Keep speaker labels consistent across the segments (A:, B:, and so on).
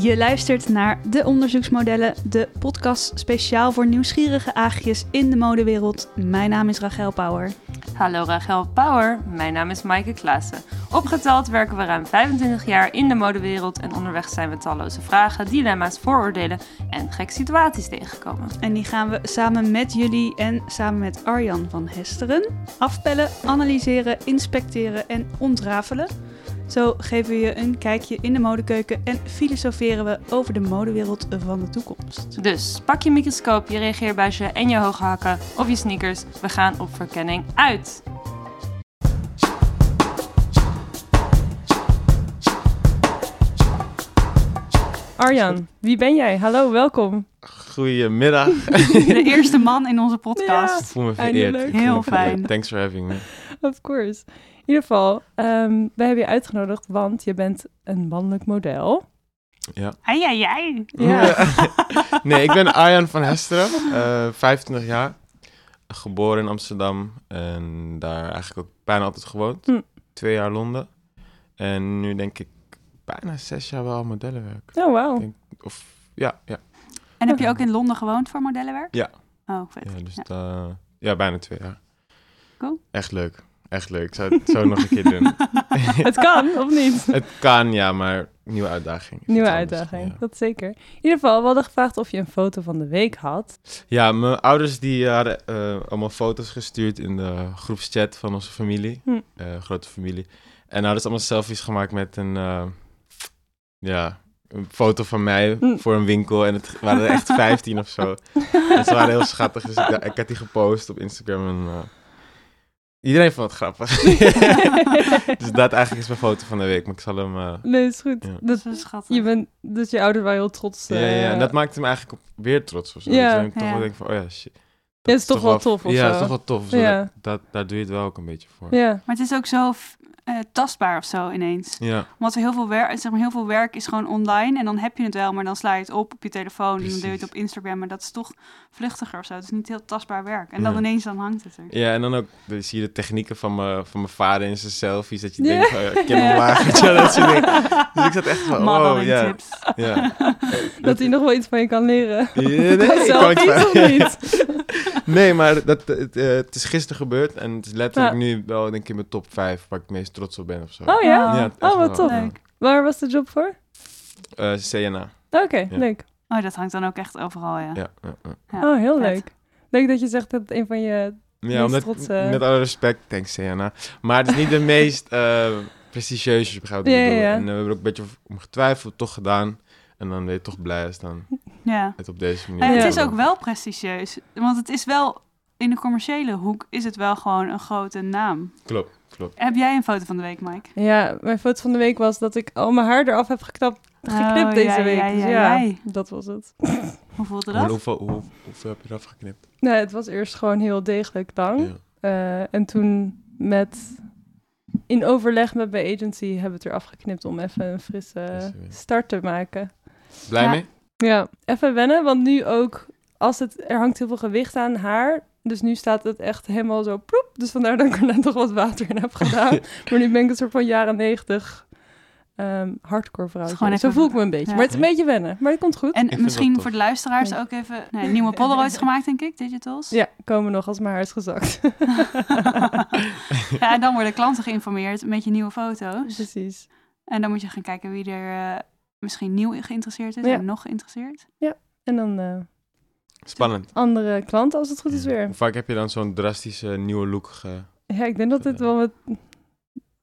A: Je luistert naar De Onderzoeksmodellen, de podcast speciaal voor nieuwsgierige aagjes in de modewereld. Mijn naam is Rachel Power.
B: Hallo Rachel Power, mijn naam is Maaike Klaassen. Opgeteld werken we ruim 25 jaar in de modewereld en onderweg zijn we talloze vragen, dilemma's, vooroordelen en gekke situaties tegengekomen.
A: En die gaan we samen met jullie en samen met Arjan van Hesteren afpellen, analyseren, inspecteren en ontrafelen. Zo geven we je een kijkje in de modekeuken en filosoferen we over de modewereld van de toekomst.
B: Dus pak je microscoop, je reageerbuisje en je hoge hakken of je sneakers. We gaan op verkenning uit. Arjan, wie ben jij? Hallo, welkom.
C: Goedemiddag.
A: De eerste man in onze podcast.
C: Ik voel me vereerd.
B: Eindelijk.
C: Ik voel me
A: Heel
C: vereerd.
A: fijn.
C: Thanks for having me.
B: Of course. In ieder geval, ehm, wij hebben je uitgenodigd, want je bent een mannelijk model.
A: Ai, ai, ai.
B: Ja.
C: nee, ik ben Arjan van Hesteren, eh, 25 jaar. Geboren in Amsterdam en daar eigenlijk ook bijna altijd gewoond.
B: Hm.
C: Twee jaar Londen. En nu denk ik bijna zes jaar wel modellenwerk.
B: Oh, wauw.
C: Of ja, ja,
A: En heb je ook in Londen gewoond voor modellenwerk?
C: Ja.
A: Oh, vet.
C: ja dus
A: Ja.
C: da- ja, bijna twee jaar.
A: Cool.
C: Echt leuk. Echt leuk. Ik zou het zo nog een keer doen.
B: Het kan, of niet?
C: Het kan, ja, maar nieuwe uitdaging. is
B: Nieuwe
C: iets anders,
B: uitdaging,
C: ja.
B: dat zeker. In ieder geval, we hadden gevraagd of je een foto van de week had.
C: Ja, mijn ouders die hadden eh, allemaal foto's gestuurd in de groepschat van onze familie.
B: Hm.
C: eh, grote familie. En hadden ze allemaal selfies gemaakt met een, eh, ja, een foto van mij
B: Hm.
C: voor een winkel. En het waren er echt 15 of zo. En ze waren heel schattig. Dus ik, da- ik had die gepost op Instagram. En, eh, iedereen vond het grappig. dus dat eigenlijk is mijn foto van de week. Maar ik zal hem... eh,
B: Nee, is goed.
C: Ja.
B: Dat,
A: Zo schattig.
B: je bent, dus je ouders waren heel trots.
C: ja, ja,
B: eh,
C: ja, en dat maakt hem eigenlijk op- weer trots of zo.
B: Ja.
C: Dus ik toch
A: Ja.
C: wel denk van, oh ja, shit.
B: Ja, is toch wel tof of
C: Ja,
B: zo.
C: is toch wel tof. Zo,
B: Ja.
C: dat, dat, daar doe je het wel ook een beetje voor.
B: Ja,
A: Maar het is ook zo f- eh, tastbaar of zo ineens.
C: Ja,
A: Want heel veel, werk, zeg maar, heel veel werk is gewoon online en dan heb je het wel, maar dan sla je het op op je telefoon en dan doe je het
C: Precies.
A: op Instagram. Maar dat is toch vluchtiger of zo. Het is niet heel tastbaar werk. En dan
C: Ja.
A: ineens dan hangt het er.
C: ja en dan ook dan zie je de technieken van mijn, van mijn vader in zijn selfies. Dat je
B: Ja.
C: denkt, van, oh ja, ik ken hem laag. weet je wel, dat soort dingen. Dus ik zat echt van,
A: Mannen
C: oh ja.
A: tips.
C: ja.
B: dat hij nog wel iets van je kan leren.
C: Ja, nee,
B: Kan
C: ik kan
B: zelf
C: het
B: iets
C: wel.
B: of niet?
C: nee, maar dat, het, eh, het is gisteren gebeurd. En het is letterlijk
B: Ja.
C: nu wel denk ik in mijn top 5 waar ik het meest trots op ben of zo.
B: Oh ja?
A: Ja.
C: het is echt
B: Oh, wat
C: wel,
B: tof.
C: ja.
A: Leuk.
B: Waar was de job voor?
C: Eh, CNA.
B: Oké,
C: Ja.
B: leuk.
A: Oh, dat hangt dan ook echt overal, ja.
C: Ja, ja, ja.
A: Ja,
B: Oh, heel
A: vet.
B: leuk. Leuk dat je zegt dat een van je...
C: Ja,
B: Meest
C: omdat,
B: trots, eh.
C: met alle respect, thanks Sienna. Maar het is niet de meest eh, prestigieuze, je begrijpt wat ik
B: Ja, ja,
C: bedoel.
B: ja.
C: En eh, we hebben er ook een beetje om getwijfeld, toch gedaan. En dan ben je toch blij als dan
A: Ja.
C: het op deze manier...
A: Nou ja, het
C: wordt.
A: is ook wel prestigieus. Want het is wel, in de commerciële hoek is het wel gewoon een grote naam.
C: Klopt, klopt.
A: Heb jij een foto van de week, Mike?
B: Ja, mijn foto van de week was dat ik al mijn haar eraf heb geknapt, geknipt
A: Oh,
B: deze
A: ja,
B: week.
A: ja,
B: Dus
A: ja,
B: ja,
A: ja.
B: dat was het.
A: Hoe voelde
C: Maar
A: dat?
C: Hoeveel, hoe- hoeveel heb je eraf geknipt?
B: Nee, het was eerst gewoon heel degelijk lang.
C: Ja.
B: Eh, en toen met in overleg met mijn agency hebben we het eraf geknipt om even een frisse
C: Frisse wind.
B: start te maken.
C: Blij
A: Ja.
C: mee?
B: Ja, even wennen, want nu ook als het er hangt heel veel gewicht aan haar. Dus nu staat het echt helemaal zo ploep. Dus vandaar dat ik er net nog wat water in heb gedaan. maar nu ben ik een soort van jaren negentig ehm, hardcore vrouwtje.
A: Gewoon even-
B: Zo voel ik me een beetje.
A: ja.
B: Maar het is een beetje wennen. Maar het komt goed.
A: En
C: vind
A: misschien
C: dat tof.
A: voor de luisteraars
B: Nee.
A: ook even nee, nieuwe Polaroids gemaakt, denk ik, digitals.
B: Ja, komen nog als mijn haar is gezakt.
A: ja, en dan worden klanten geïnformeerd met je nieuwe foto's.
B: Precies.
A: En dan moet je gaan kijken wie er eh, misschien nieuw in geïnteresseerd is
B: Ja.
A: en nog geïnteresseerd.
B: En dan eh,
C: Spannend.
B: andere klanten als het goed is
C: Ja.
B: weer.
C: Hoe vaak heb je dan zo'n drastische nieuwe look ge...
B: Ja, ik denk dat dit
C: Eh.
B: wel wat...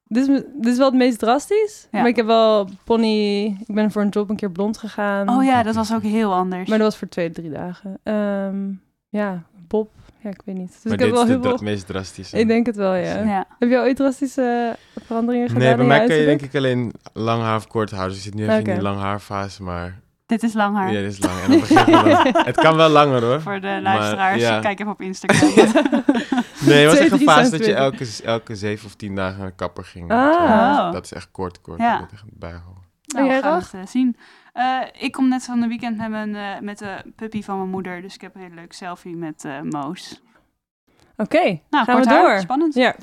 B: Dit is, dit is wel het meest drastisch.
A: Ja.
B: Maar ik heb wel pony... Ik ben voor een job een keer blond gegaan.
A: Oh ja, dat was ook heel anders.
B: Maar dat was voor twee, drie dagen. Ehm, ja, Bob. Ja, ik weet niet. Dus
C: maar
B: ik heb
C: dit
B: wel
C: is de
B: heel
C: dra-
B: veel...
C: meest drastische.
B: Ik denk het wel, ja.
A: ja.
B: Heb jij ooit drastische veranderingen gedaan?
C: Nee, bij
B: in
C: mij kan je
B: uiterlijk?
C: denk ik alleen lang haar of kort houden. Dus ik zit nu even in
B: Oké.
C: die lang haarfase, maar...
A: Dit is lang haar.
C: Ja, dit is lang. En op een gegeven moment... Het kan wel langer hoor.
A: Voor de luisteraars,
C: ja.
A: kijk even op Instagram. Oh.
C: Nee, het was
B: Twee,
C: echt een
B: drie
C: fase
B: zijn
C: dat je elke,
B: twintig.
C: elke zeven of tien dagen naar de kapper ging.
B: Ah.
A: Oh.
C: Dat is echt kort, kort.
A: Ja.
C: Ja. Dat echt bijhouden.
A: Nou,
B: jij,
A: we gaan
B: Rach?
A: het eh, zien. Eh, ik kom net van een weekend met, mijn, eh, met de puppy van mijn moeder. Dus ik heb een hele leuke selfie met eh, Moos.
B: Oké,
A: Nou,
B: gaan
A: kort
B: we
A: haar,
B: door.
A: Spannend.
B: Ja.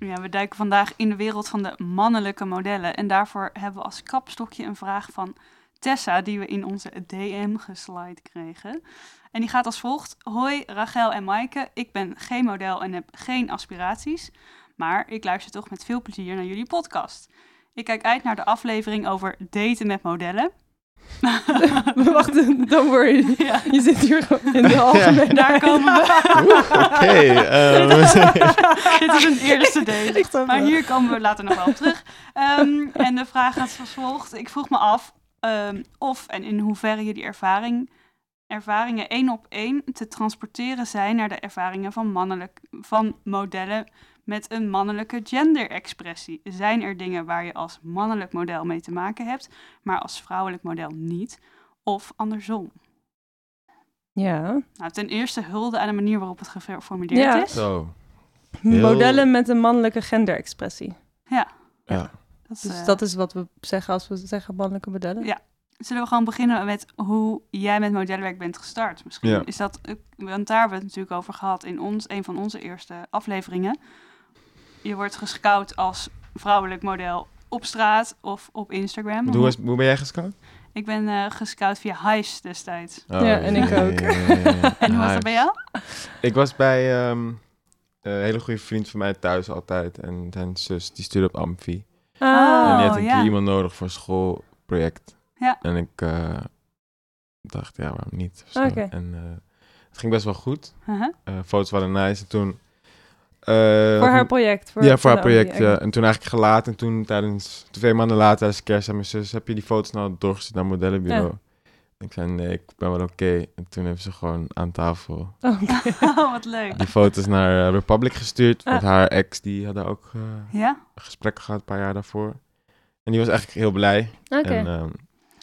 A: Ja, we we duiken vandaag in de wereld van de mannelijke modellen. En daarvoor hebben we als kapstokje een vraag van Tessa, die we in onze DM geslide kregen. En die gaat als volgt. Hoi Rachel en Maaike, ik ben geen model en heb geen aspiraties. Maar ik luister toch met veel plezier naar jullie podcast. Ik kijk uit naar de aflevering over daten met modellen.
B: We wachten, don't worry.
A: Ja.
B: Je zit hier gewoon in de algemene...
A: Daar komen we.
C: Oeh, Oké, ehm,
A: Dit is een eerste date.
B: Ik snap
A: Maar
B: het.
A: hier komen we later nog wel op terug. Ehm, en de vraag gaat als volgt. Ik vroeg me af ehm, of en in hoeverre jullie ervaring, ervaringen één op één te transporteren zijn naar de ervaringen van, mannelijk, van modellen met een mannelijke genderexpressie. Zijn er dingen waar je als mannelijk model mee te maken hebt, maar als vrouwelijk model niet? Of andersom?
B: Ja.
A: Nou, ten eerste hulde aan de manier waarop het geformuleerd
B: Ja.
A: is.
C: Zo. Heel-
B: Modellen met een mannelijke genderexpressie.
C: Ja.
A: Dat is,
B: Dus
A: eh,
B: dat is wat we zeggen als we zeggen mannelijke modellen.
A: Ja. Zullen we gewoon beginnen met hoe jij met modellenwerk bent gestart? Misschien
C: Ja.
A: is dat, eh, want daar hebben we het natuurlijk over gehad in ons, een van onze eerste afleveringen. Je wordt gescout als vrouwelijk model op straat of op Instagram.
C: Hoe, was- hoe ben jij gescout?
A: Ik ben eh, gescout via Highs destijds.
C: Oh,
B: Ja, en ik ook.
C: ja, ja, ja, ja.
A: En hoe was
C: Nice.
A: dat bij jou?
C: Ik was bij ehm, een hele goede vriend van mij thuis altijd. En zijn zus, die stuurde op Amfi. en
A: Ah.
C: die
A: Oh,
C: had een
A: ja.
C: keer iemand nodig voor een schoolproject.
A: Ja.
C: En ik eh, dacht, ja, waarom niet? of zo.
B: Oké.
C: En eh, het ging best wel goed.
A: Uh-huh.
C: Eh, foto's waren nice. En toen... eh,
B: Voor haar project. oh, Voor
C: ja, voor haar
B: van de
C: project.
B: Olie,
C: ja. En toen eigenlijk gelaten. En toen tijdens twee maanden later, tijdens kerst, zei mijn zus... heb je die foto's nou doorgestuurd naar het modellenbureau? En ik zei, nee, ik ben wel oké. En toen hebben ze gewoon aan tafel
B: oké. Oké.
A: Oh, wat leuk.
C: die foto's naar eh, Republic gestuurd. Want
B: Ah.
C: haar ex, die had daar ook eh,
A: Ja?
C: gesprekken gehad een paar jaar daarvoor. En die was eigenlijk heel blij. En ehm,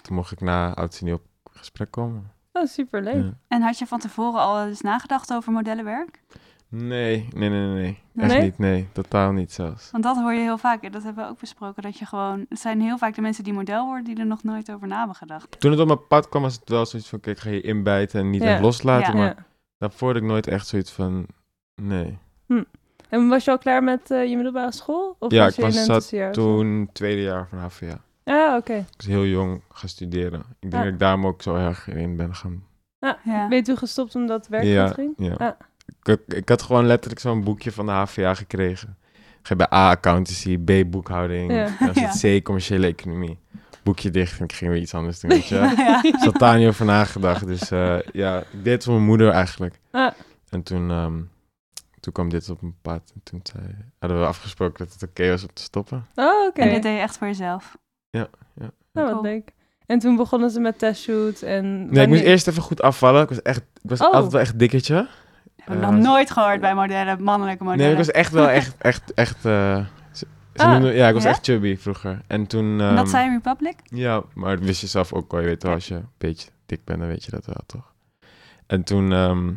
C: toen mocht ik na oud en nieuw op gesprek komen.
B: Oh, superleuk.
C: Ja.
A: En had je van tevoren al eens nagedacht over modellenwerk?
C: Nee, nee, nee, nee. Echt
B: Nee?
C: niet, nee. Totaal niet zelfs.
A: Want dat hoor je heel vaak. en Dat hebben we ook besproken. Dat je gewoon... Het zijn heel vaak de mensen die model worden die er nog nooit over na hebben gedacht.
C: Toen het op mijn pad kwam, was het wel zoiets van... kijk, ik ga je inbijten en niet
B: Ja.
C: echt loslaten.
A: Ja.
C: Maar
B: Ja.
C: Daarvoor had ik nooit echt zoiets van, nee.
B: En was je al klaar met eh, je middelbare school? Of
C: Ja,
B: was
C: ik
B: je
C: was-
B: in een
C: zat
B: tussenjaar?
C: Toen tweede jaar van HVA.
B: Ah, oké.
C: Ik was heel jong gaan studeren. Ik denk
B: Ja.
C: dat ik daarom ook zo erg in ben gaan.
A: Ja.
B: Ben je toen gestopt omdat het werk
C: ja,
B: goed ging?
C: ja.
B: Ah.
C: Ik, ik had gewoon letterlijk zo'n boekje van de HVA gekregen. Ik heb bij A accountancy, B boekhouding,
B: Ja.
C: en dan zit C commerciële economie. Boekje dicht en ik ging weer iets anders doen, weet je wel.
A: Ja.
C: Ik had daar niet over nagedacht. Dus eh, ja, ik deed het voor mijn moeder eigenlijk.
B: Ah.
C: En toen, ehm, toen kwam dit op mijn pad. En toen zei, hadden we afgesproken dat het oké was om te stoppen.
B: Oh, oké.
A: En Oh. dit deed je echt voor jezelf.
B: Nou, wat
A: Cool.
B: leuk. En toen begonnen ze met testshoot en...
C: Nee, ik moest
B: wanneer-
C: eerst even goed afvallen. Ik was, echt, ik was
B: Oh.
C: altijd wel echt dikketje.
A: Heb ik
C: Eh,
A: nog nooit gehoord bij modellen, mannelijke
B: Oh,
C: Nee,
A: modellen.
C: ik was echt wel echt, echt, echt... eh, ze- ze
B: Ah,
C: noemden- ja, ik was
A: ja?
C: echt chubby vroeger. En toen...
A: En dat
C: ehm,
A: zei Republic?
C: Ja, maar dat wist je zelf ook al. Je weet wel, als je een beetje dik bent, dan weet je dat wel, toch? En toen, ehm,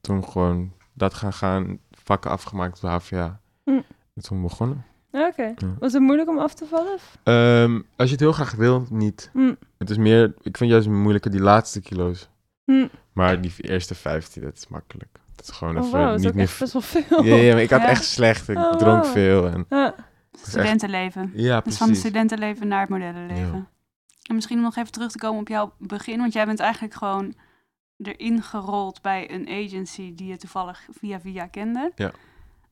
C: toen gewoon dat gaan gaan, vakken afgemaakt op de HVA.
B: Hm.
C: En toen begonnen.
B: Ah, Oké.
C: Ja.
B: Was het moeilijk om af te vallen? Of-
C: Ehm, als je het heel graag wil, niet.
B: Hm.
C: Het is meer, ik vind juist moeilijker die laatste kilo's.
B: Hm.
C: Maar die eerste 15, dat is makkelijk. Dat is gewoon
B: Oh,
C: even
B: wauw, dat is
C: niet
B: ook
C: meer...
B: echt best wel veel.
C: Ja, ja, maar ik had
A: Ja.
C: echt slecht. Ik
B: Oh,
C: dronk
B: wow.
C: veel. En...
B: Ah,
A: Studentenleven.
C: Ja,
A: Dus van het
C: precies.
A: studentenleven naar het modellenleven. En misschien om nog even terug te komen op jouw begin. Want jij bent eigenlijk gewoon erin gerold bij een agency die je toevallig via via kende.
C: Ja.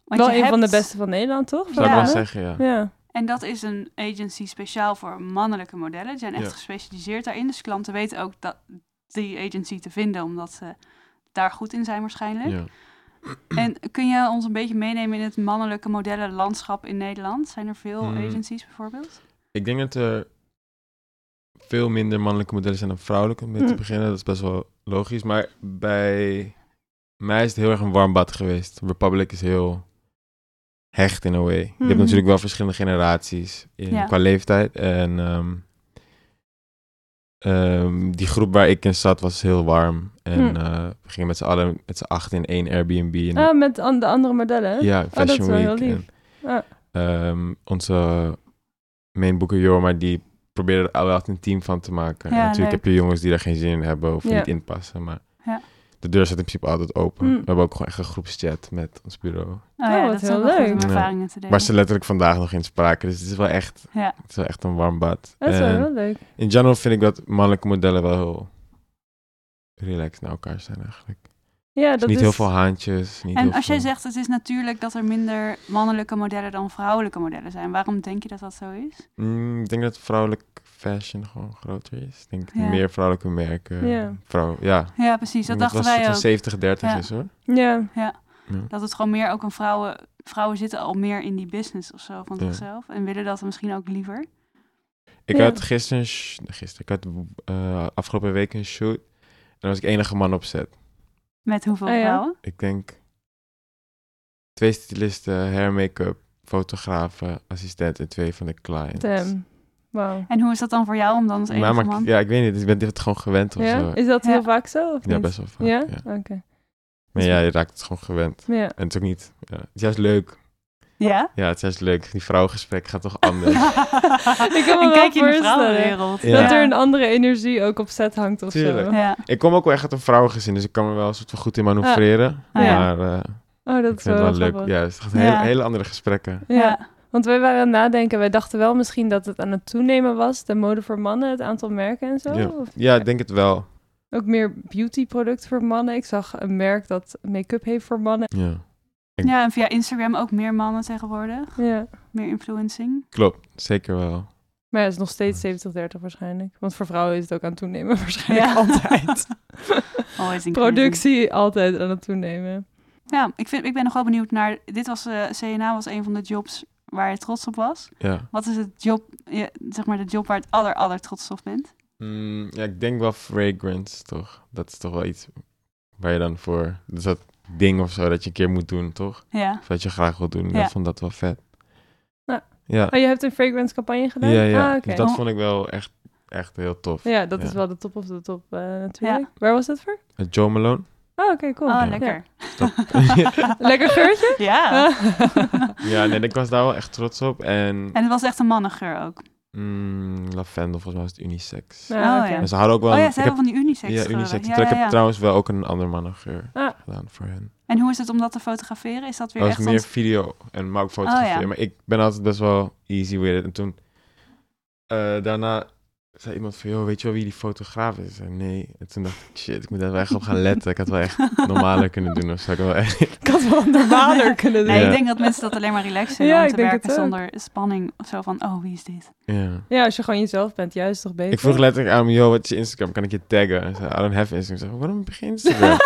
A: Want
B: wel
A: je
B: een van de
A: hebt-
B: beste van Nederland, toch?
C: Zou ik
A: Ja.
C: wel zeggen, ja.
B: Ja.
A: En dat is een agency speciaal voor mannelijke modellen. Die zijn echt
C: Ja.
A: gespecialiseerd daarin. Dus klanten weten ook dat die agency te vinden, omdat ze daar goed in zijn waarschijnlijk.
C: ja.
A: En kun je ons een beetje meenemen in het mannelijke modellenlandschap in Nederland? Zijn er veel
C: Mm.
A: agencies bijvoorbeeld?
C: Ik denk dat er veel minder mannelijke modellen zijn dan vrouwelijke om mee te
B: Mm.
C: beginnen. Dat is best wel logisch. Maar bij mij is het heel erg een warm bad geweest. Republic is heel hecht in a way. Je
B: Mhm.
C: hebt natuurlijk wel verschillende generaties in,
A: Ja.
C: qua leeftijd. En ehm, ehm, die groep waar ik in zat was heel warm. En
B: Mm.
C: eh, we gingen met z'n allen, met z'n acht in één Airbnb. En
B: Ah, met an- de andere modellen? Ah,
C: ja,
B: Oh, dat is
C: Fashion
B: wel
C: Week.
B: heel lief.
C: en,
B: Ah.
C: ehm, onze main booker Jorma, die probeerde er wel echt een team van te maken.
A: Ja,
C: En natuurlijk
A: leuk.
C: heb je jongens die daar geen zin in hebben of
B: Ja.
C: niet inpassen. Maar
A: Ja.
C: het de deur staat in principe altijd open.
B: Mm.
C: We hebben ook gewoon echt een groepschat met ons bureau.
B: Oh,
A: ja,
B: wat
A: dat is
B: heel
A: ook wel goed om
B: leuk.
C: Ja.
A: ervaringen te delen.
C: Waar ze letterlijk vandaag nog in spraken. Dus het is wel echt,
A: Ja.
C: het is wel echt een warm bad.
B: Dat is wel
C: En
B: heel leuk.
C: in general vind ik dat mannelijke modellen wel heel relaxed naar elkaar zijn eigenlijk.
B: Ja, dat
C: Dus niet
B: is...
C: heel veel haantjes. Niet
A: En
C: heel
A: als jij
C: veel-
A: zegt het is natuurlijk dat er minder mannelijke modellen dan vrouwelijke modellen zijn, waarom denk je dat dat zo is?
C: Mm, ik denk dat vrouwelijk fashion gewoon groter is. Ik denk
A: Ja.
C: meer vrouwelijke merken.
B: Ja.
C: Vrouw, ja. Ik
A: Ja, precies. Dat
C: denk
A: dachten
C: het wel
A: wij
C: een
A: ook.
C: soort van 70, 30
A: Ja.
C: is hoor.
B: Ja,
A: Dat het gewoon meer ook een vrouwen... Vrouwen zitten al meer in die business of zo van
C: Ja.
A: zichzelf. En willen dat misschien ook liever.
C: Ik
B: Ja.
C: had gisteren, sh- gisteren, ik had eh, afgelopen week een shoot. En dan was ik enige man op set.
A: Met hoeveel
B: Ah, ja.
A: vrouwen?
C: Ik denk twee stylisten, hair, make-up, fotografen, assistent en twee van de clients.
B: damn. Wauw.
A: En hoe is dat dan voor jou om dan als enige
C: maar, maar ik-
A: man...
C: ja, ik weet niet, dus ik ben dit gewoon gewend of zo.
B: Ja? Is dat
A: Ja.
B: heel vaak zo? Of
C: eh, Ja,
B: niet?
C: best wel vaak.
B: Ja?
C: ja.
B: Oké.
C: Maar ja, je raakt het gewoon gewend.
B: Ja.
C: En het is ook niet, ja, het is juist leuk.
A: Ja?
C: Ja, het is juist leuk. Die vrouwengesprek gaat toch anders.
B: Ik kan me
A: een
B: wel
A: kijkje in de
B: voorstellen.
A: vrouwenwereld.
C: Ja.
B: Dat er een andere energie ook op set hangt of
C: Tuurlijk.
B: zo.
A: Ja.
C: ik kom ook wel echt uit een vrouwengezin, dus ik kan me wel een soort van goed in manoeuvreren.
A: Ah, ja.
C: Maar eh,
B: Oh, dat
C: ik
B: is
C: vind
B: wel,
C: het wel leuk.
B: grappig.
C: Ja, het gaat hele,
A: Ja.
C: hele andere gesprekken.
B: Ja. Want wij waren aan het nadenken. Wij dachten wel misschien dat het aan het toenemen was. De mode voor mannen, het aantal merken en zo. Of
C: Ja, ik denk het wel.
B: ook meer beautyproducten voor mannen. Ik zag een merk dat make-up heeft voor mannen.
C: Ja.
A: Ja, en via Instagram ook meer mannen tegenwoordig.
B: Ja.
A: Meer influencing.
C: Klopt, zeker wel.
B: Maar ja, het is nog steeds 70-30 waarschijnlijk. Want voor vrouwen is het ook aan het toenemen waarschijnlijk
A: Ja.
B: altijd.
A: Always increasing.
B: Productie altijd aan het toenemen.
A: Ja, ik, vind, ik ben nog wel benieuwd naar... Dit was... eh, CNA was een van de jobs waar je trots op was.
C: Ja.
A: Wat is het job, je- zeg maar de job waar het aller, aller trots op bent?
C: Mm, ja, ik denk wel fragrance, toch? Dat is toch wel iets waar je dan voor... Dus dat ding of zo dat je een keer moet doen, toch?
A: Ja.
B: Oh,
C: Of dat je graag wil doen.
A: Ja.
C: Ik vond dat wel vet.
B: Ja.
C: Ja.
B: Oh, je hebt een fragrance campagne
C: Ja,
B: gedaan?
C: ja.
B: Ah, oké.
C: Dus dat vond ik wel echt, echt heel tof.
B: Ja, dat is
C: Ja.
B: wel de top of de top eh, natuurlijk. Waar was dat voor?
C: Eh, Joe Malone.
B: Oh, oké, cool.
A: Oh,
B: Ja.
A: lekker.
B: Lekker geurtje?
A: Ja.
C: Ja, nee, ik was daar wel echt trots op. En
A: En het was echt een mannengeur ook.
C: mm, lavendel, volgens mij was het unisex.
B: Ah,
A: Oh,
B: oké.
A: ja.
C: En ze hadden ook wel...
A: Oh ja,
C: een-
A: ze
C: ik heb-
A: hebben van die unisex
C: ja,
A: geuren.
C: unisex.
A: Ja,
C: Ik
A: ja,
C: heb
A: ja.
C: trouwens wel ook een ander mannengeur
B: Ah.
C: gedaan voor hen.
A: En hoe is het om dat te fotograferen? Is dat weer
C: Dat was
A: echt...
C: meer
A: ons-
C: video en maar ook fotografie.
A: Oh, ja.
C: Maar ik ben altijd best wel easy with it. En toen eh, daarna zei iemand van, joh, weet je wel wie die fotograaf is? Ik zei, nee. En toen dacht ik, shit, ik moet daar wel echt op gaan letten. Ik had wel echt normaler kunnen doen. Of zo. Ik had wel echt...
B: Ik had wel normaler kunnen doen.
A: Nee,
C: Ja.
A: ik denk dat mensen dat alleen maar relaxed vinden
B: Ja,
A: om
B: ik
A: te
B: denk
A: werken
B: het ook.
A: zonder spanning. Of zo van, oh, wie is dit?
C: ja.
B: Ja, als je gewoon jezelf bent, juist toch beter.
C: Ik vroeg letterlijk aan hem, joh, wat is je Instagram? Kan ik je taggen? En zei, I don't have Instagram. Ik zei, waarom heb je geen Instagram?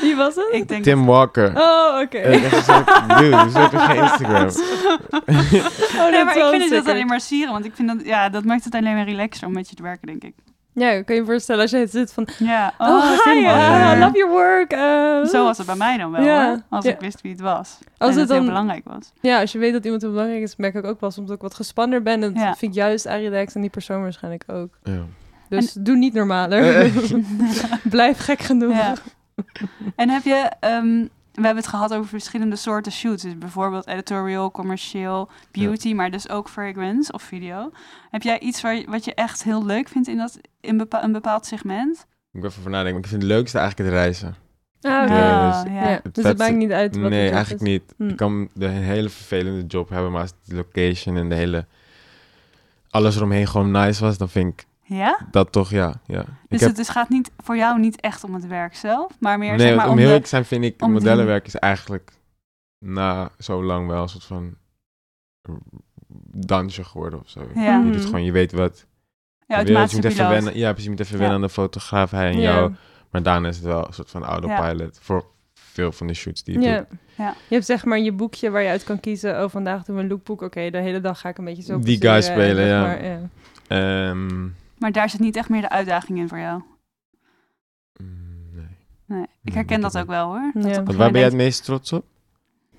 B: Wie was het?
A: Ik Eh. denk...
C: Tim Walker.
B: Oh, oké.
C: En ik zei, dude, hoezo heb je geen Instagram?
B: Oh,
A: Nee,
B: dat
A: maar
B: is
A: ik
B: wel
A: vind
B: sick.
A: het dus alleen maar sieren, want ik vind dat, ja, dat maakt het alleen maar relaxer om met je te werken, denk ik.
B: Ja, kan je je voorstellen als je het zit van...
A: Ja.
B: Oh, hi,
A: Tim
B: uh,
C: Ja.
B: I love your work. eh.
A: Zo was het bij mij dan wel,
B: Ja.
A: hoor. Als
B: Ja.
A: ik wist wie het was.
B: Als
A: en
B: het
A: dat heel
B: dan...
A: belangrijk was.
B: Ja, als je weet dat iemand heel belangrijk is, merk ik ook wel soms dat ik wat gespannen ben. En dat
A: Ja.
B: vind ik juist Aridex en die persoon waarschijnlijk ook.
C: Ja.
B: Dus doe niet normaler. Blijf gek genoeg.
A: Eh, Ja. En heb je, ehm, we hebben het gehad over verschillende soorten shoots. Dus bijvoorbeeld editorial, commercieel, beauty, maar dus ook fragrance of video. Heb jij iets waar, wat je echt heel leuk vindt in, dat, in bepa- een bepaald segment?
C: Ik ben even over nadenken. want Ik vind het leukste eigenlijk het reizen.
B: Ah, oké.
C: Ja.
A: ja.
B: Ja, Dus
C: vetste-
B: het maakt niet uit wat
C: Nee,
B: het
C: eigenlijk niet.
B: Hm.
C: Ik kan de hele vervelende job hebben, maar als de location en de hele... Alles eromheen gewoon nice was, dan vind ik
A: Ja?
C: dat toch, ja. ja.
A: Dus
C: ik heb,
A: het dus gaat niet, voor jou niet echt om het werk zelf, maar meer
C: nee,
A: zeg
C: want
A: maar
C: om
A: om
C: heel
A: de...
C: eerlijk te zijn vind ik
A: om die-
C: modellenwerk is eigenlijk na zo lang wel een soort van dansje geworden of zo.
A: Ja, Hm.
C: Je
B: Mhm.
C: doet gewoon, je weet wat.
A: ja
C: je wilt, je
A: automatische
C: moet even
A: piloot.
C: wennen. Ja, precies, je moet even
A: Ja.
C: wennen aan de fotograaf, hij en
B: Ja.
C: jou. Maar daarna is het wel een soort van autopilot voor veel van de shoots die je doet.
B: Ja.
A: Ja.
B: Je hebt zeg maar je boekje waar je uit kan kiezen. Oh, vandaag doen we een lookbook. Oké, de hele dag ga ik een beetje zo
C: Die
B: poseren
C: guy
B: en
C: spelen,
B: zeg
C: ja.
B: maar, ja.
C: Ehm,
A: Maar daar zit niet echt meer de uitdaging in voor jou.
C: mm, nee.
A: Nee, ik
C: Nee,
A: herken
C: dat
A: dat
C: ook
A: ook wel hoor.
B: Ja.
A: Dat op een
C: Want waar ben jij het
A: gegeven
C: meest trots op?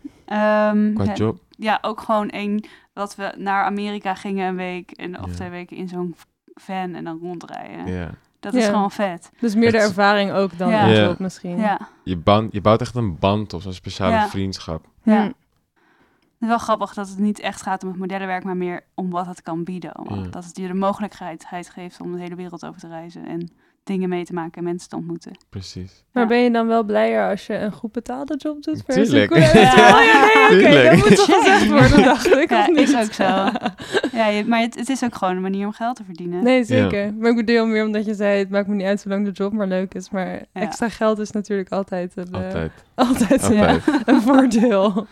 A: moment- Ehm,
C: Qua
A: ja,
C: job?
A: ja, ook gewoon één dat we naar Amerika gingen een week en, of
C: Ja.
A: twee weken in zo'n van en dan rondrijden.
C: Ja.
A: Dat
B: Ja.
A: is gewoon vet.
B: Dus meer de
C: Het-
B: ervaring ook dan
A: Ja.
B: de
C: Ja.
B: job misschien.
A: Ja.
C: Je, band, je bouwt echt een band op, zo'n speciale
A: Ja.
C: vriendschap.
A: Ja.
B: Hm.
A: Het is wel grappig dat het niet echt gaat om het modellenwerk, maar meer om wat het kan bieden. allemaal.
C: Ja.
A: Dat het je de mogelijkheid geeft om de hele wereld over te reizen en dingen mee te maken en mensen te ontmoeten.
C: Precies.
B: Maar
A: Ja.
B: ben je dan wel blijer als je een goed betaalde job doet? versus
C: Tuurlijk.
B: een corporate?
A: Ja.
B: Oh ja, nee, oké,
C: Tuurlijk.
B: dat moet toch gezegd worden, dacht ik.
A: Ja,
B: of niet?
A: is ook zo. Ja, je- maar het, het is ook gewoon een manier om geld te verdienen.
B: Nee, zeker. Maar ik bedoel meer omdat je zei, het maakt me niet uit zolang de job maar leuk is. Maar extra geld is natuurlijk altijd een, eh,
C: Altijd.
B: altijd, ja,
C: Altijd.
B: een
A: Nou,
B: voordeel.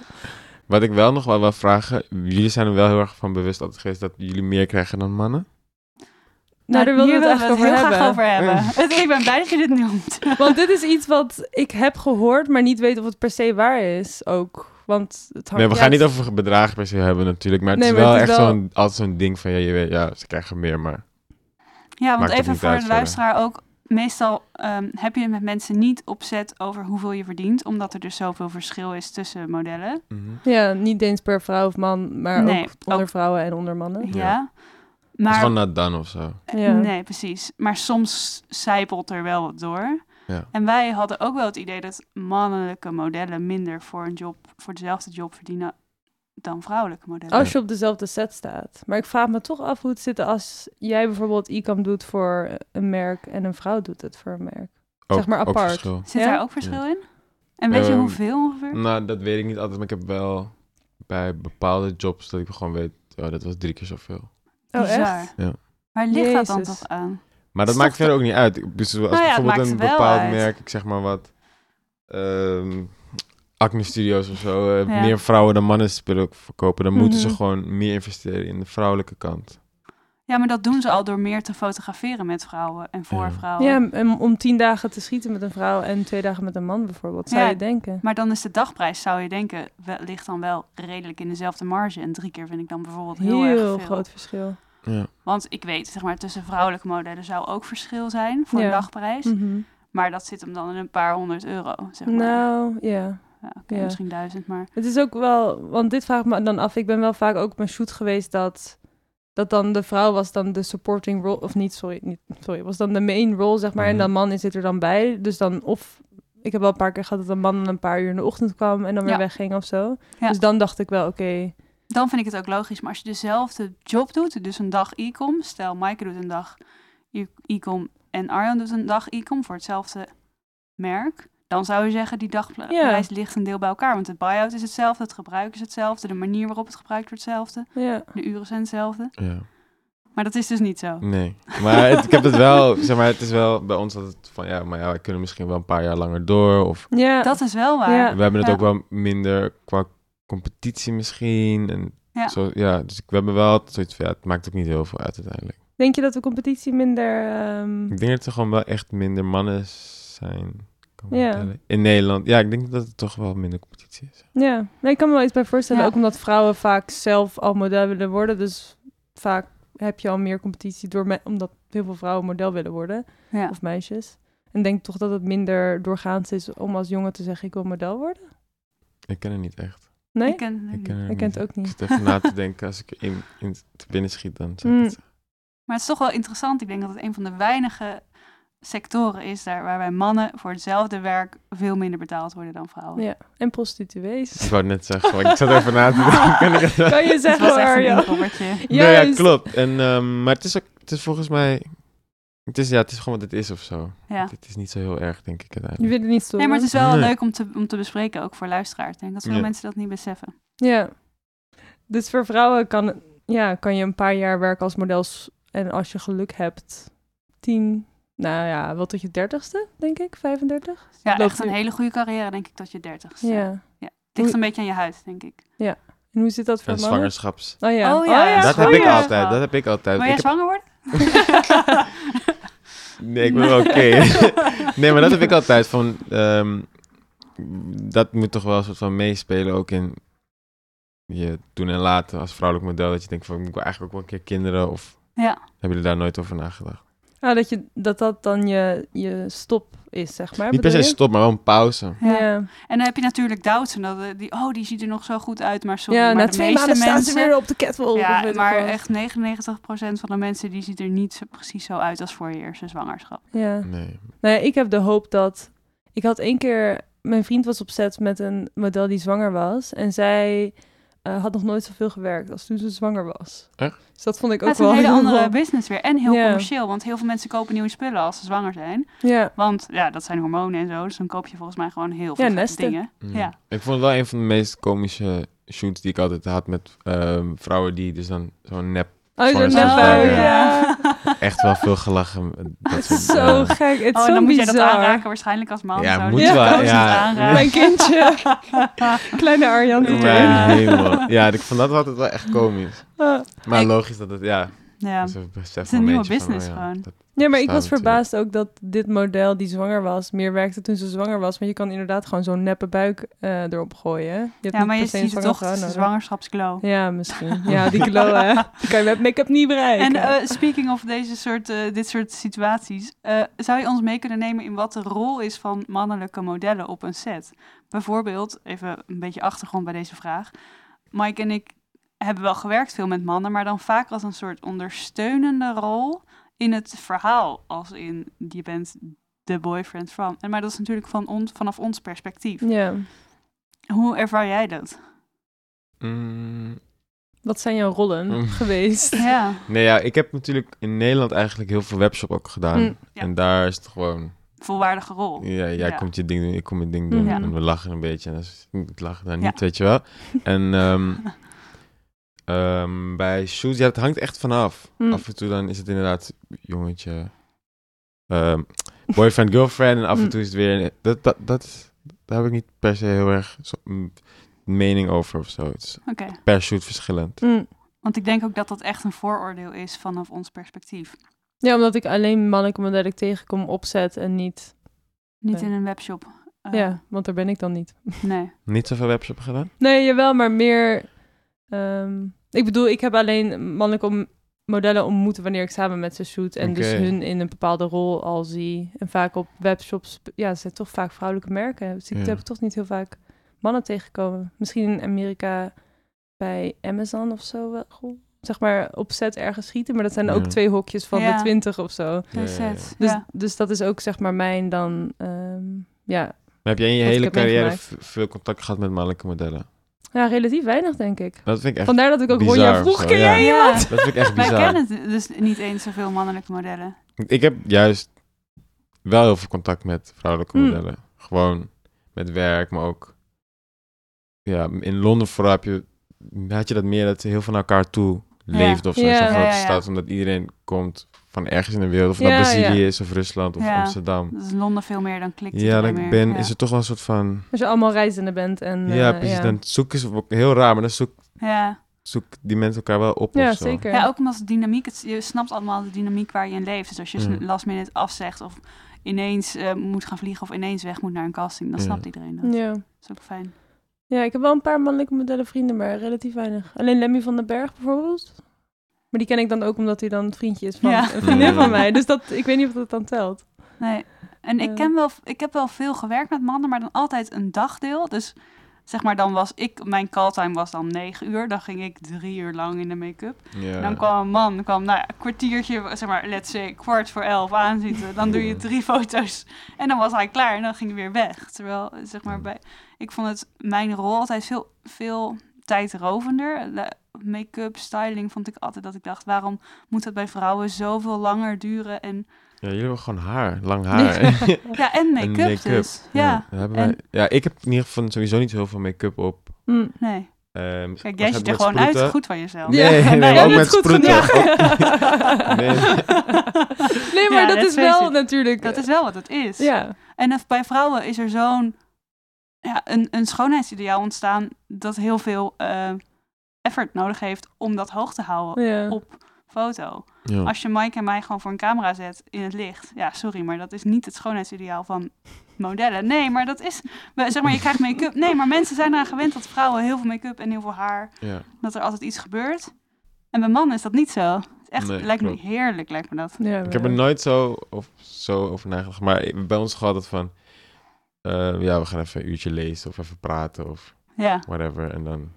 C: Wat ik wel nog wel wil vragen. Jullie zijn er wel heel erg van bewust altijd geweest dat jullie meer krijgen dan mannen.
B: Nou, daar wilden
A: hier
B: we het
A: willen
B: eigenlijk
A: heel
B: over
A: graag
B: hebben.
A: over hebben. ik ben blij dat je dit noemt.
B: Want dit is iets wat ik heb gehoord, maar niet weet of het per se waar is ook. Want het hangt-
C: Nee, we
B: ja,
C: gaan niet
B: het-
C: over bedragen per se hebben natuurlijk. Maar het
B: Nee,
C: is
B: maar
C: wel
B: het is
C: echt
B: wel-
C: zo'n, altijd zo'n ding van ja, je weet, ja, ze krijgen meer, maar...
A: Ja, want
C: Maakt het
A: even
C: niet
A: voor
C: uit
A: de
C: verder.
A: luisteraar ook. Meestal ehm, heb je het met mensen niet opzet over hoeveel je verdient. Omdat er dus zoveel verschil is tussen modellen.
B: Ja, niet eens per vrouw of man, maar
A: Nee,
B: ook onder vrouwen en onder
A: Ja.
B: mannen.
C: Ja. Het is
A: Maar
C: gewoon not done of zo.
B: Ja.
A: Eh, Nee, precies. Maar soms zijpelt er wel wat door.
C: Ja.
A: En wij hadden ook wel het idee dat mannelijke modellen minder voor een job, voor dezelfde job verdienen dan vrouwelijke modellen.
B: Als je op dezelfde set staat. Maar ik vraag me toch af hoe het zit als jij bijvoorbeeld ICAM doet voor een merk en een vrouw doet het voor een merk.
C: Ook,
B: Zeg maar
C: ook
B: apart.
C: verschil.
A: Zit
B: Ja?
A: daar ook verschil in? En weet je
C: Ehm,
A: hoeveel ongeveer?
C: Nou, dat weet ik niet altijd, maar ik heb wel bij bepaalde jobs dat ik gewoon weet, oh, dat was drie keer zoveel.
A: Bizar.
C: Ja.
A: Waar ligt dat dan
B: Oh, Jezus.
A: toch aan?
C: Maar dat
A: Is
C: maakt
A: toch
C: verder ook niet uit. Ik- Dus als
A: Nou ja, het maakt
C: bijvoorbeeld een
A: wel
C: bepaald
A: uit.
C: merk, ik zeg maar wat, ehm, Acne Studios of zo, eh,
A: Ja.
C: meer vrouwen dan mannen spullen ook verkopen, dan moeten ze
B: Mhm.
C: gewoon meer investeren in de vrouwelijke kant.
A: Ja, maar dat doen ze al door meer te fotograferen met vrouwen en voor
C: Ja.
A: vrouwen.
B: Ja, en om tien dagen te schieten met een vrouw en twee dagen met een man bijvoorbeeld, zou
A: Ja.
B: je denken.
A: Maar dan is de dagprijs, zou je denken, wel, ligt dan wel redelijk in dezelfde marge. En drie keer vind ik dan bijvoorbeeld heel,
B: Heel,
A: erg veel.
B: groot verschil.
C: Ja.
A: Want ik weet, zeg maar, tussen vrouwelijke modellen zou ook verschil zijn voor
B: Ja.
A: de dagprijs.
B: Mhm.
A: Maar dat zit hem dan in een paar honderd euro, zeg maar.
B: Nou, ja.
A: ja, oké,
B: ja.
A: Misschien duizend, maar...
B: Het is ook wel, want dit vraagt me dan af. Ik ben wel vaak ook op een shoot geweest dat, dat dan de vrouw was dan de supporting role, of niet, sorry, niet, sorry, was dan de main role, zeg maar. En
C: Mhm.
B: dan man is zit er dan bij. Dus dan of, ik heb wel een paar keer gehad dat een man een paar uur in de ochtend kwam en dan weer
A: Ja.
B: wegging of zo.
A: Ja.
B: Dus dan dacht ik wel, oké,
A: Dan vind ik het ook logisch. Maar als je dezelfde job doet, dus een dag e-com... Stel, Maaike doet een dag e- e-com en Arjan doet een dag e-com voor hetzelfde merk... Dan zou je zeggen, die dagprijs ligt een deel bij elkaar. Want de buy-out is hetzelfde, het gebruik is hetzelfde... de manier waarop het gebruikt wordt hetzelfde,
B: ja.
A: de uren zijn hetzelfde.
C: Ja.
A: Maar dat is dus niet zo.
C: Nee, maar het- ik heb het wel, zeg maar, het is wel bij ons altijd van, ja, maar ja, we kunnen misschien wel een paar jaar langer door, of
B: Ja,
A: Dat is wel waar.
B: Ja.
C: we hebben het
A: Ja.
C: ook wel minder qua competitie misschien, en
A: Ja.
C: zo, ja, dus ik, we hebben wel altijd zoiets van, ja, het maakt ook niet heel veel uit uiteindelijk.
B: denk je dat de competitie minder... ehm,
C: Ik denk dat er gewoon wel echt minder mannen zijn. kan ik me
B: Ja.
C: vertellen. In Nederland. Ja, ik denk dat het toch wel minder competitie is.
B: Ja, nee, ik kan me wel iets bij voorstellen.
A: Ja.
B: Ook omdat vrouwen vaak zelf al model willen worden. Dus vaak heb je al meer competitie door me- omdat heel veel vrouwen model willen worden.
A: Ja.
B: Of meisjes. En ik denk toch dat het minder doorgaans is om als jongen te zeggen ik wil model worden.
C: Ik ken het niet echt.
B: Nee?
A: Ik ken,
C: Ik ken het,
B: Ik ken het ook
C: Ik
B: niet.
C: zit even na te denken. Als ik in, in te binnen schiet, dan zou ik
B: Mm.
C: het zeggen.
A: Maar het is toch wel interessant. Ik denk dat het een van de weinige sectoren is daar waarbij mannen voor hetzelfde werk veel minder betaald worden dan vrouwen.
B: Ja, en prostituees.
C: Ik wou het net zeggen, maar ik zat even na te denken. Kan ik het wel?
B: kan je
A: Dus Dat
B: zeggen
A: was
B: hoor,
A: echt een
B: Arjan.
A: inkoppertje.
C: Nee, ja,
B: Juist.
C: klopt. En, ehm, maar het is, ook, het is volgens mij... Het is, ja, het is gewoon wat het is of zo.
A: Ja.
C: Het is niet zo heel erg, denk
B: Je
C: ik uiteindelijk.
B: wil het niet stoppen.
A: Nee, maar het is wel
C: Nee.
A: leuk om te, om te bespreken, ook voor luisteraars. Ik denk dat veel
C: Ja.
A: mensen dat niet beseffen.
B: Ja. Dus voor vrouwen kan, ja, kan je een paar jaar werken als model. s- En als je geluk hebt, tien, nou ja, wel tot je dertigste, denk ik, 35.
A: Ja,
B: Loopt
A: echt een
B: nu-
A: hele goede carrière, denk ik, tot je dertigste. Het
B: Ja.
A: ligt een beetje aan je huid, denk ik.
B: En hoe zit dat voor
C: En
B: mannen?
C: zwangerschaps.
B: Oh ja.
A: Oh ja,
C: dat heb ik
A: zwanger.
C: altijd. Dat heb ik altijd.
A: Wil jij
C: Ik heb-
A: zwanger worden?
C: Nee, ik ben wel oké. nee, maar dat heb ik altijd van... ehm, dat moet toch wel een soort van meespelen ook in je doen en laten als vrouwelijk model. Dat je denkt van, ik wil eigenlijk ook wel een keer kinderen of...
A: Ja.
C: Hebben jullie daar nooit over nagedacht?
B: Ah, dat, je, dat dat dan je, je stop is, zeg maar.
C: Niet per se
B: bedoel je?
C: stop, maar wel een pauze.
A: Ja.
B: Ja,
A: En dan heb je natuurlijk Doutzen. Dat, eh, die, oh, die ziet er nog zo goed uit, maar sorry.
B: ja
A: maar
B: na
A: de
B: twee
A: meeste
B: maanden staan ze
A: mensen-
B: weer op de catwalk. of
A: Ja,
B: weet ik
A: maar
B: wat.
A: echt 99% van de mensen die ziet er niet zo, precies zo uit als voor je eerste zwangerschap.
B: Ja.
C: Nee.
B: Nou ja, ik heb de hoop dat... Ik had één keer... Mijn vriend was op set met een model die zwanger was. En zij eh, eh, had nog nooit zoveel gewerkt als toen ze zwanger was.
C: Echt?
B: Dus dat vond ik ook
A: Dat is
B: wel
A: een hele
B: heel-
A: andere business weer. En heel
B: Ja.
A: commercieel, want heel veel mensen kopen nieuwe spullen als ze zwanger zijn.
B: Ja,
A: Want ja, dat zijn hormonen en zo. Dus dan koop je volgens mij gewoon heel veel
B: nesten.
A: dingen. Ja.
C: Mm. Ik vond het wel een van de meest komische shoots die ik altijd had met ehm, vrouwen die dus dan zo'n nep...
B: uit
C: Gewoon
B: een
C: een
B: nep
C: zaak,
B: buik,
C: ja.
B: ja.
C: Echt wel veel gelachen. Dat
B: Het is
C: soort,
B: zo
C: eh,
B: gek, het is
A: Oh,
B: zo
A: en dan moet je dat
B: bizar.
A: aanraken waarschijnlijk als man.
C: Ja,
A: zo.
C: moet
A: Dus
B: wel,
A: dat is
C: ja.
A: het aanraken.
B: Mijn kindje, kleine Arjan.
A: Ja.
C: Mijn hemel. Ja, ik vond dat altijd wel echt komisch.
B: Ja.
C: Maar
A: Ik-
C: logisch dat het, ja...
A: Ja.
C: dat is een besef
A: is een
C: momentje
A: nieuwe
C: van, oh
A: business
C: ja,
A: gewoon.
C: dat-
B: Ja, maar ik
C: Staan
B: was
C: natuurlijk.
B: verbaasd ook dat dit model die zwanger was, meer werkte toen ze zwanger was. Want je kan inderdaad gewoon zo'n neppe buik eh, erop gooien. Je hebt
A: ja,
B: niet
A: maar
B: per
A: je
B: se een
A: ziet het
B: zwangere
A: toch, het is
B: vrouw
A: een
B: nodig.
A: zwangerschapsglow.
B: Ja, misschien. Ja, die glow, hè. Die kan je met make-up niet bereiken.
A: En eh, speaking of deze soort, eh, dit soort situaties, eh, zou je ons mee kunnen nemen in wat de rol is van mannelijke modellen op een set? Bijvoorbeeld, even een beetje achtergrond bij deze vraag. Mike en ik hebben wel gewerkt veel met mannen, maar dan vaak als een soort ondersteunende rol in het verhaal. Als in, je bent de boyfriend van. En, maar dat is natuurlijk van ons, vanaf ons perspectief.
B: Ja.
A: Hoe ervaar jij dat?
C: Mm,
B: Wat zijn jouw rollen
C: Mm.
B: geweest?
A: Ja,
C: nee, ja, ik heb natuurlijk in Nederland eigenlijk heel veel webshop ook gedaan.
B: Mm,
A: ja.
C: En daar is het gewoon...
A: volwaardige rol.
C: Ja, jij
A: Ja.
C: komt je ding doen, ik kom mijn ding doen.
B: Ja.
C: En we lachen een beetje. En dat is, ik lach daar
A: Ja.
C: niet, weet je wel. En ehm, ehm, bij shoes, ja, het hangt echt vanaf.
B: Mm.
C: Af en toe dan is het inderdaad jongetje, ehm, boyfriend, girlfriend. En af en
B: Mm.
C: toe is het weer... Dat, dat, dat is, daar heb ik niet per se heel erg zo- m- mening over of zo. Het is
A: Oké.
C: per shoot verschillend.
B: Mm.
A: Want ik denk ook dat dat echt een vooroordeel is vanaf ons perspectief.
B: Ja, omdat ik alleen mannelijke modellen tegenkom opzet en niet...
A: Niet
B: Nee.
A: in een webshop. Eh,
B: Ja, want daar ben ik dan niet.
A: Nee.
C: Niet zoveel webshop gedaan?
B: Nee, jawel, maar meer... ehm, ik bedoel, ik heb alleen mannelijke om- modellen ontmoeten wanneer ik samen met ze shoot. En dus
C: Oké.
B: hun in een bepaalde rol al zie. En vaak op webshops... Ja, ze zijn toch vaak vrouwelijke merken. Dus ik
C: Ja.
B: heb toch niet heel vaak mannen tegengekomen. Misschien in Amerika bij Amazon of zo wel. Zeg maar op set ergens schieten. Maar dat zijn ook
C: Ja.
B: twee hokjes van
A: Ja.
B: de twintig of zo.
C: Ja, ja, ja.
A: Precies.
B: Dus,
A: ja.
B: dus dat is ook zeg maar mijn dan... ehm, ja.
C: Maar heb jij in je
B: Wat ik
C: hele
B: heb
C: carrière
B: meegemaakt.
C: v- veel contact gehad met mannelijke modellen?
B: ja, relatief weinig denk ik.
C: Dat vind ik echt,
B: Vandaar dat ik ook
C: bizar
B: Ronja
C: of
B: vroeg,
C: zo,
B: ken
C: oh, ja.
B: jij
A: Ja.
B: iemand?
C: dat vind ik echt
A: Wij
C: bizar.
A: kennen het dus niet eens zoveel mannelijke modellen.
C: Ik heb juist wel heel veel contact met vrouwelijke
B: Hmm.
C: modellen. Gewoon met werk, maar ook... Ja, in Londen vooral heb je, had je dat meer dat ze heel veel naar elkaar toe
A: Ja.
C: leefden of zo.
B: Ja.
C: Zo'n grote
A: Ja, ja, ja.
C: stad, omdat iedereen komt van ergens in de wereld. Of dat
B: Ja,
C: Brazilië is, of Rusland, of
A: Ja.
C: Amsterdam.
A: Dat is Dus Londen veel meer dan klikt. het
C: Ja,
A: er
C: dan
A: meer.
C: ben,
A: ja.
C: is het toch wel een soort van...
B: Als je allemaal reizende bent en... eh,
C: ja, precies. Dan zoeken ze... Heel raar, maar dan zoek-
A: Ja.
C: zoeken die mensen elkaar wel op
B: Ja,
C: of zo.
B: zeker.
A: ja, ook omdat de dynamiek, het, je snapt allemaal de dynamiek waar je in leeft. Dus als je
C: Mm.
A: last minute afzegt of ineens eh, moet gaan vliegen of ineens weg moet naar een casting, dan
C: Ja.
A: snapt iedereen dat.
B: Ja.
A: Dat is ook fijn.
B: ja, ik heb wel een paar mannelijke modellenvrienden, maar relatief weinig. Alleen Lemmy van den Berg bijvoorbeeld. Maar die ken ik dan ook omdat hij dan een vriendje is van
A: Ja.
B: een vriendin van
C: Mm.
B: mij. Dus dat, ik weet niet of dat dan telt.
A: Nee. En ik,
B: Ja.
A: ken wel, ik heb wel veel gewerkt met mannen, maar dan altijd een dagdeel. Dus zeg maar, dan was ik, mijn calltime was dan negen uur. Dan ging ik drie uur lang in de make-up.
C: Ja.
A: Dan kwam een man, kwam nou ja, een kwartiertje, zeg maar, let's say kwart voor elf aanzitten. Dan doe je
C: Ja.
A: drie foto's en dan was hij klaar en dan ging hij weer weg. Terwijl, zeg maar,
C: Ja.
A: bij, ik vond het mijn rol altijd veel, veel tijdrovender. De Make-up, styling vond ik altijd dat ik dacht, waarom moet dat bij vrouwen zoveel langer duren? En,
C: Ja, jullie hebben gewoon haar. Lang haar.
A: ja, en
C: En
A: make-up dus. Ja,
C: dat hebben
A: en-
C: wij- ja, ik heb in ieder geval sowieso niet zo heel veel make-up op.
B: Mm.
A: nee.
C: Ehm,
A: Kijk, jij
C: maar
A: ziet
C: gaat
A: er
C: met
A: gewoon uit,
C: sproeten.
A: goed van jezelf.
C: Nee, nee, maar
B: jij
C: ook
B: bent
C: met
B: goed
C: sproeten.
B: genoeg.
C: Nee.
B: Nee, maar
A: Ja,
B: dat
A: dat
B: is
A: weet
B: wel
A: ik.
B: natuurlijk...
A: Dat is wel wat het is.
B: Ja.
A: En of bij vrouwen is er zo'n ja, een, een schoonheidsideaal ontstaan dat heel veel eh, effort nodig heeft om dat hoog te houden
B: ja.
A: op foto.
C: Ja.
A: Als je Mike en mij gewoon voor een camera zet in het licht, ja, sorry, maar dat is niet het schoonheidsideaal van modellen. Nee, maar dat is, we- zeg maar, je krijgt make-up. Nee, maar mensen zijn eraan gewend dat vrouwen heel veel make-up en heel veel haar,
C: Ja.
A: dat er altijd iets gebeurt. En bij mannen is dat niet zo. Echt,
C: Nee,
A: lijkt
C: klopt.
A: me heerlijk, lijkt me dat.
B: Ja,
C: Ik heb
A: Eh.
C: er
B: wel.
C: nooit zo, of, zo over nagedacht. Maar ik- bij ons gaat het van... ehm, ja, we gaan even een uurtje lezen of even praten of
A: Ja.
C: whatever. En dan...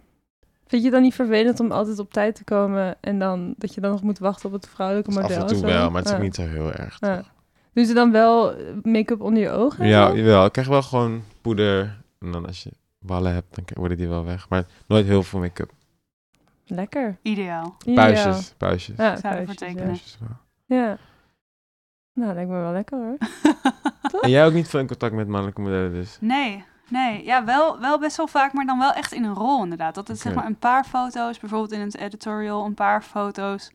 B: Vind je het dan niet vervelend om altijd op tijd te komen en dan dat je dan nog moet wachten op het vrouwelijke
C: dus
B: model?
C: af en toe
B: zo?
C: wel, maar het is ook
B: Ja.
C: niet zo heel erg.
B: Ja. Doen ze dan wel eh, make-up onder je ogen?
C: Ja,
B: en zo?
C: jawel. Ik krijg wel gewoon poeder. En dan als je ballen hebt, dan k- worden die wel weg. Maar nooit heel veel make-up.
B: Lekker.
A: Ideaal.
B: Ideaal.
C: Puisjes, puisjes.
B: Ja,
A: Zouden we
B: puistjes,
A: vertekenen.
B: ja.
C: puisjes wel.
B: Ja. Nou, lijkt me wel lekker hoor.
C: En jij ook niet veel in contact met mannelijke modellen, dus.
A: nee, nee. Ja, wel, wel best wel vaak, maar dan wel echt in een rol inderdaad. Dat het zeg
C: Oké.
A: maar een paar foto's, bijvoorbeeld in het editorial, een paar foto's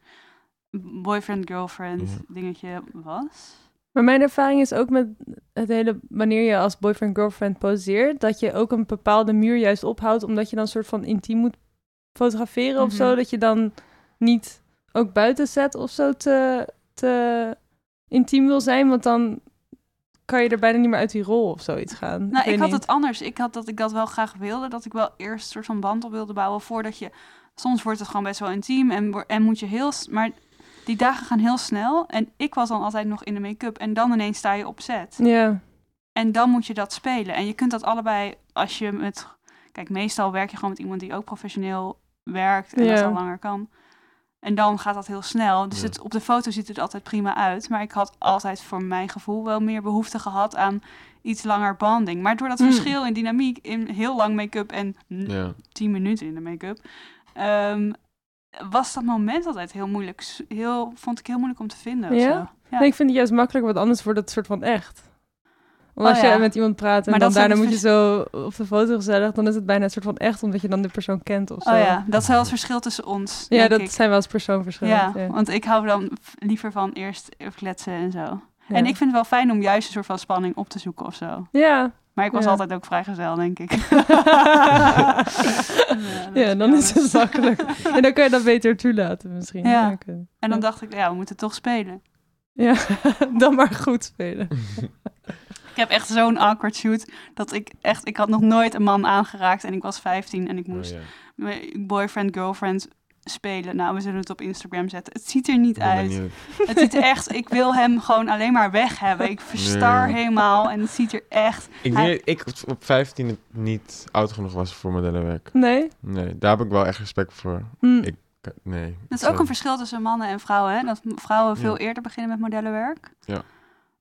A: boyfriend, girlfriend
C: Ja.
A: dingetje was.
B: Maar mijn ervaring is ook met het hele wanneer je als boyfriend-girlfriend poseert, dat je ook een bepaalde muur juist ophoudt, omdat je dan soort van intiem moet fotograferen of
A: Mhm.
B: zo. Dat je dan niet ook buiten zet of zo te, te intiem wil zijn, want dan kan je er bijna niet meer uit die rol of zoiets gaan.
A: Nou, ik,
B: weet
A: had
B: niet.
A: het anders. Ik had dat ik dat wel graag wilde. Dat ik wel eerst een soort van band op wilde bouwen voordat je... Soms wordt het gewoon best wel intiem en, wo- en moet je heel... s- Maar die dagen gaan heel snel. En ik was dan altijd nog in de make-up. En dan ineens sta je op set.
B: Ja,
A: En dan moet je dat spelen. En je kunt dat allebei als je met... Kijk, meestal werk je gewoon met iemand die ook professioneel werkt. En dat
B: Ja.
A: al langer kan. En dan gaat dat heel snel. Dus
C: Ja.
A: het, op de foto ziet het altijd prima uit. Maar ik had altijd voor mijn gevoel wel meer behoefte gehad aan iets langer banding. Maar door dat
B: Mm.
A: verschil in dynamiek, in heel lang make-up en n-
C: Ja.
A: 10 minuten in de make-up, ehm, was dat moment altijd heel moeilijk. S- Heel, vond ik heel moeilijk om te vinden. of
B: Ja?
A: zo. Ja.
B: Nee, ik vind het juist makkelijk, want anders wordt het soort van echt. Want
A: Oh
B: als
A: ja.
B: je met iemand praat en
A: Maar
B: dan
A: dat is ook
B: daarna moet
A: het
B: je zo op de foto gezellig, dan is het bijna een soort van echt, omdat je dan de persoon kent of zo.
A: Oh ja, dat is wel het verschil tussen ons.
B: Ja,
A: denk
B: dat
A: ik.
B: zijn wel eens persoonverschillen.
A: Ja,
B: Ja. Ja.
A: want ik hou dan f- liever van eerst kletsen en zo. En ik vind het wel fijn om juist een soort van spanning op te zoeken of zo.
B: Ja.
A: Maar ik was
B: Ja.
A: altijd ook vrijgezel, denk ik. dat
B: ja, dan is het
A: anders.
B: makkelijk. En dan kan je dat beter toelaten misschien.
A: Ja.
B: Zou kunnen.
A: En dan dacht ik, ja, we moeten toch spelen.
B: Ja, dan maar goed spelen.
A: Ik heb echt zo'n awkward shoot dat ik echt, ik had nog nooit een man aangeraakt en ik was 15 en ik moest
C: Oh, ja.
A: mijn boyfriend, girlfriend spelen. Nou, we zullen het op Instagram zetten. Het ziet er niet
C: Ik ben
A: uit.
C: benieuwd.
A: Het ziet echt, ik wil hem gewoon alleen maar weg hebben. Ik verstar
C: Ja.
A: helemaal en het ziet er echt.
C: Ik
A: Hij-
C: denk dat ik op 15 niet oud genoeg was voor modellenwerk.
B: Nee?
C: Nee, daar heb ik wel echt respect voor.
B: Hm.
C: Ik- Nee.
A: Dat is ook een verschil tussen mannen en vrouwen, hè? Dat vrouwen veel eerder beginnen met modellenwerk.
C: Ik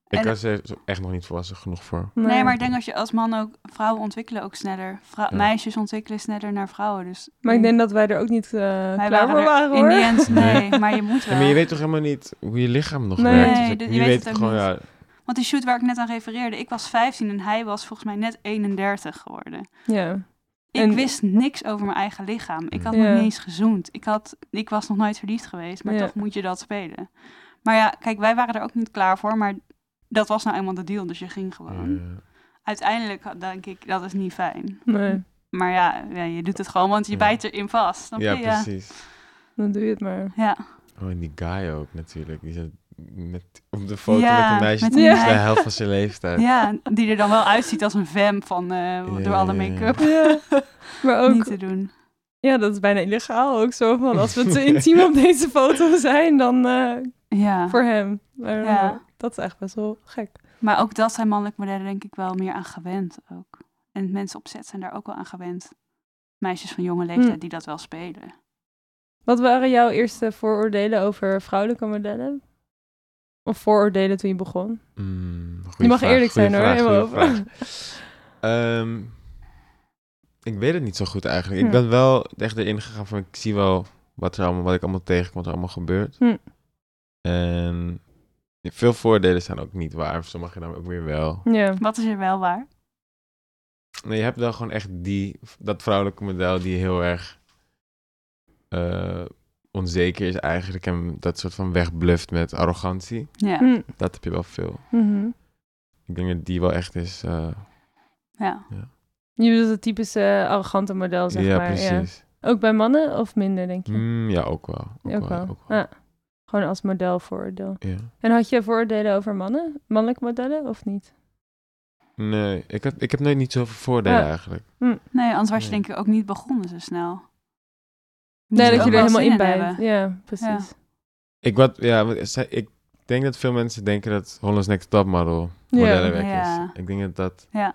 A: en-
C: was er echt nog niet volwassen genoeg voor.
A: Nee, maar ik denk dat je als man ook vrouwen ontwikkelen ook sneller. Vrou-
C: Ja.
A: Meisjes ontwikkelen sneller naar vrouwen. Dus
B: Maar ik denk dat wij er ook niet eh
A: wij
B: klaar voor
A: er
B: waren,
A: in
B: hoor.
A: die end, nee,
C: Nee.
A: maar je moet wel.
C: Ja, maar je weet toch helemaal niet hoe je lichaam nog
B: Nee,
C: werkt?
A: nee,
C: ik-
A: dus je
C: nu
A: weet het
C: ik
A: ook
C: gewoon,
A: niet.
C: ja,
A: Want die shoot waar ik net aan refereerde, ik was 15 en hij was volgens mij net 31 geworden.
B: Ja.
A: Ik
B: En-
A: wist niks over mijn eigen lichaam. Ik had
B: Ja.
A: nog niet eens gezoend. Ik, had, ik was nog nooit verliefd geweest, maar
B: Ja.
A: toch moet je dat spelen. Maar ja, kijk, wij waren er ook niet klaar voor, maar dat was nou eenmaal de deal, dus je ging gewoon.
C: ja.
A: Uiteindelijk denk ik, dat is niet fijn.
B: Nee,
A: Maar ja, ja je doet het gewoon, want je
C: Ja.
A: bijt erin vast. snap
C: ah, Ja,
A: je? Ja.
C: precies.
B: dan doe je het maar.
A: Ja.
C: Oh, en die guy ook natuurlijk. Die zat net op de foto
A: Ja,
C: met een meisje.
A: met
C: die
A: een
C: is de
A: meid.
C: helft van zijn leeftijd.
A: ja, die er dan wel uitziet als een vamp van, eh, door alle
C: ja, ja.
A: make-up.
B: Ja. Maar ook,
A: Niet te doen.
B: ja, dat is bijna illegaal ook zo. Van als we te intiem op deze foto zijn, dan eh,
A: Ja.
B: voor hem. Maar,
A: Ah. Ja.
B: eh, dat is echt best wel gek.
A: Maar ook dat zijn mannelijke modellen denk ik wel meer aan gewend ook. En mensen op set zijn daar ook wel aan gewend. Meisjes van jonge leeftijd
B: Hm.
A: die dat wel spelen.
B: Wat waren jouw eerste vooroordelen over vrouwelijke modellen? Of vooroordelen toen je begon?
C: Mm, goeie
B: je mag
C: vraag,
B: eerlijk
C: goeie
B: zijn
C: vraag,
B: hoor, helemaal
C: goeie vraag.
B: open.
C: Ehm, ik weet het niet zo goed eigenlijk. Ik
B: Hm.
C: ben wel echt erin gegaan van ik zie wel wat, er allemaal, wat ik allemaal tegenkom, wat er allemaal gebeurt.
B: Hm.
C: En veel voordelen zijn ook niet waar. Of sommige dan ook weer wel.
B: Ja.
A: Wat is er wel waar?
C: Nee, je hebt wel gewoon echt die, dat vrouwelijke model die heel erg eh, onzeker is eigenlijk. En dat soort van wegbluft met arrogantie.
A: Ja.
B: Mm.
C: Dat heb je wel veel.
B: Mhm.
C: Ik denk dat die wel echt is. eh,
A: ja.
B: Je bedoelt het typische eh, arrogante model, zeg
C: ja,
B: maar.
C: precies.
B: Ja. Ook bij mannen of minder, denk je?
C: Mm, ja, ook wel. Ook,
B: ook wel.
C: ook wel.
B: Ah, gewoon als modelvooroordeel.
C: Ja.
B: En had je vooroordelen over mannen? Mannelijke modellen of niet?
C: Nee, ik heb, ik heb nooit niet zoveel voordelen
B: Ah.
C: eigenlijk.
A: Nee, anders was je
C: Nee.
A: denk ik ook niet begonnen zo snel. Je
B: Nee,
A: moet
B: dat je
A: ook
B: er
A: wel
B: helemaal
A: zin
B: in bijt.
A: hebben.
B: Ja, precies.
C: Ik, wat, ja, wat- zij- ik denk dat veel mensen denken dat Holland's Next Topmodel
B: Ja.
C: modellenwerk
A: Ja.
C: is. Ik denk dat dat...
A: Ja.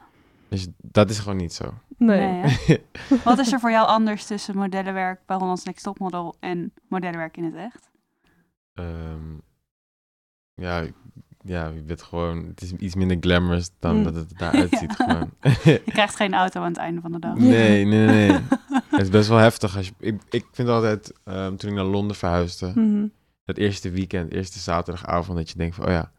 C: Dus dat is gewoon niet zo.
B: Nee.
A: Nee, hè? Wat is er voor jou anders tussen modellenwerk bij Hollands Next Topmodel en modellenwerk in het echt?
C: Ehm, ja, ja, je bent gewoon... Het is iets minder glamorous dan
B: Mm.
C: dat het eruit ziet gewoon.
A: Je krijgt geen auto aan het einde van de dag.
C: nee, nee, nee. het is best wel heftig. Als je, ik, ik vind altijd, ehm, toen ik naar Londen verhuisde...
A: Mm.
B: Mhm.
C: Dat eerste weekend, eerste zaterdagavond... Dat je denkt van, oh ja, ik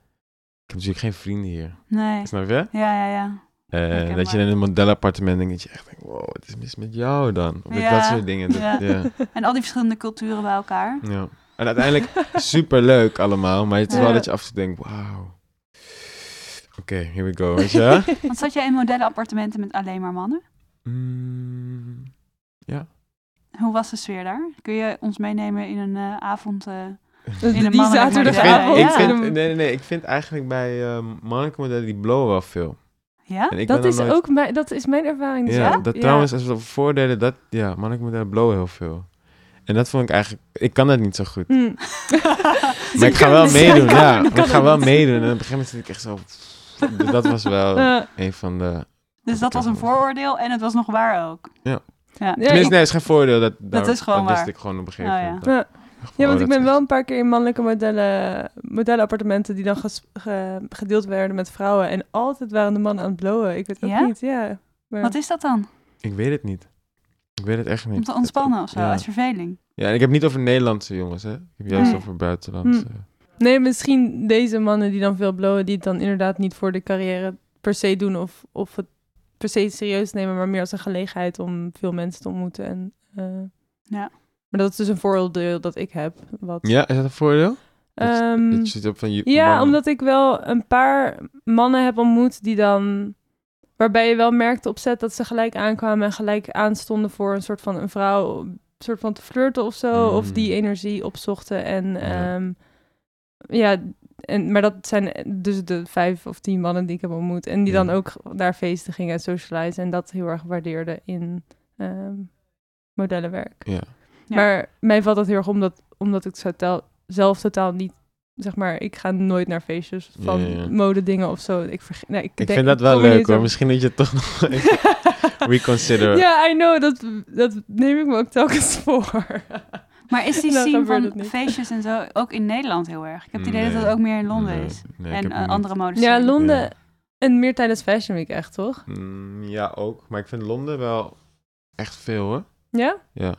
C: heb natuurlijk geen vrienden hier.
A: Nee.
C: Snap je?
A: Ja, ja, ja.
C: Eh,
A: Herkenbaar.
C: dat je in een modelappartement denkt dat je echt denkt, wow, wat is mis met jou dan? Of
A: Ja.
C: dat soort dingen. Dat-
A: Ja.
C: ja.
A: En al die verschillende culturen bij elkaar.
C: Ja. En uiteindelijk super leuk allemaal, maar het is wel
B: Ja.
C: dat je af en toe denkt, wauw. Oké, here we go. Weet je?
A: Want zat jij in modellenappartementen met alleen maar mannen?
C: Mm,
A: Hoe was de sfeer daar? Kun je ons meenemen in een eh, avond? eh,
B: Dus Die,
A: mannen-
C: ik,
B: zaterdagavond.
C: vind,
A: Ja.
C: ik, vind, nee, nee, nee, ik vind eigenlijk bij ehm mannelijke modellen die blowen wel veel.
A: ja?
C: En ik
B: Ah, dat,
C: ben
B: is
C: dan nooit-
B: ook mijn, dat is mijn ervaring. dus
C: Ja,
B: ook.
C: dat trouwens, als we dat voordelen, dat, ja, mannelijke modellen blowen heel veel. En dat vond ik eigenlijk, ik kan dat niet zo goed.
B: Mm.
C: Maar ik ga wel
B: kunnen-
C: meedoen,
B: zij
C: ja.
B: kan-
C: maar Ik
B: kan
C: ga
B: het
C: wel
B: niet.
C: meedoen. En op een gegeven moment zit ik echt zo... Dat was wel
B: Eh,
C: een van de...
A: Dus dat was een vooroordeel en het was nog waar ook.
C: Ja.
A: Ja.
B: Ja,
C: Tenminste,
B: ik-
C: nee, het is geen voordeel. Dat, daar-
A: is gewoon
C: Dat wist
A: waar.
C: ik gewoon op een gegeven
A: Oh, ja.
C: moment.
B: Ja.
C: Echt van,
B: Ja, want
C: oh,
B: ik
C: dat
B: ben
C: is-
B: wel een paar keer in mannelijke modellen, modellenappartementen die dan ges- ge- gedeeld werden met vrouwen. En altijd waren de mannen aan het blowen. Ik weet ook
A: Ja?
B: niet, ja. Maar-
A: Wat is dat dan?
C: Ik weet het niet. Ik weet het echt niet.
A: Om te ontspannen of zo,
C: Ja.
A: als verveling.
C: Ja, en ik heb niet over Nederlandse jongens, hè. Ik heb juist
A: Nee. Mm.
C: over buitenlandse.
B: Nee, misschien deze mannen die dan veel blowen, die het dan inderdaad niet voor de carrière per se doen of, of het per se serieus nemen, maar meer als een gelegenheid om veel mensen te ontmoeten. En, eh,
A: Ja.
B: Maar dat is dus een vooroordeel dat ik heb. Wat,
C: Ja, is dat een voordeel? dat-
A: Mm.
B: Ehm,
C: Dat je zit op van... je-
B: Ja,
C: mannen.
B: omdat ik wel een paar mannen heb ontmoet die dan. Waarbij je wel merkte op set dat ze gelijk aankwamen en gelijk aanstonden voor een soort van een vrouw. Een soort van te flirten of zo.
C: Mm.
B: Of die energie opzochten. En
C: Ja.
B: ja, ja en, maar dat zijn dus de vijf of tien mannen die ik heb ontmoet. En die
C: Ja.
B: dan ook naar feesten gingen en socializen. En dat heel erg waardeerden in ehm, modellenwerk.
C: Ja.
A: Ja.
B: Maar mij valt dat heel erg omdat, omdat ik totaal, zelf totaal niet, zeg maar, ik ga nooit naar feestjes van
C: Ja, ja.
B: modedingen of zo. Ik, verge- nee, ik,
C: Ik
B: denk-
C: vind dat wel
B: kom er
C: leuk,
B: niet
C: hoor.
B: op.
C: Misschien dat je toch nog even reconsider.
B: Ja, I know, dat, dat neem ik me ook telkens voor.
A: Maar is die
B: Dan
A: scene
B: Nou, gebeurt
A: van
B: het niet.
A: feestjes en zo ook in Nederland heel erg? Ik heb het idee dat
C: Nee.
A: dat ook meer in Londen
C: Nee,
A: is.
C: nee, ik
A: en
C: heb
A: eh,
C: niet-
A: andere modes.
B: ja, Londen
C: Ja.
B: en meer tijdens Fashion Week echt, toch?
C: Mm, ja, ook. Maar ik vind Londen wel echt veel, hoor.
B: Ja?
C: Ja.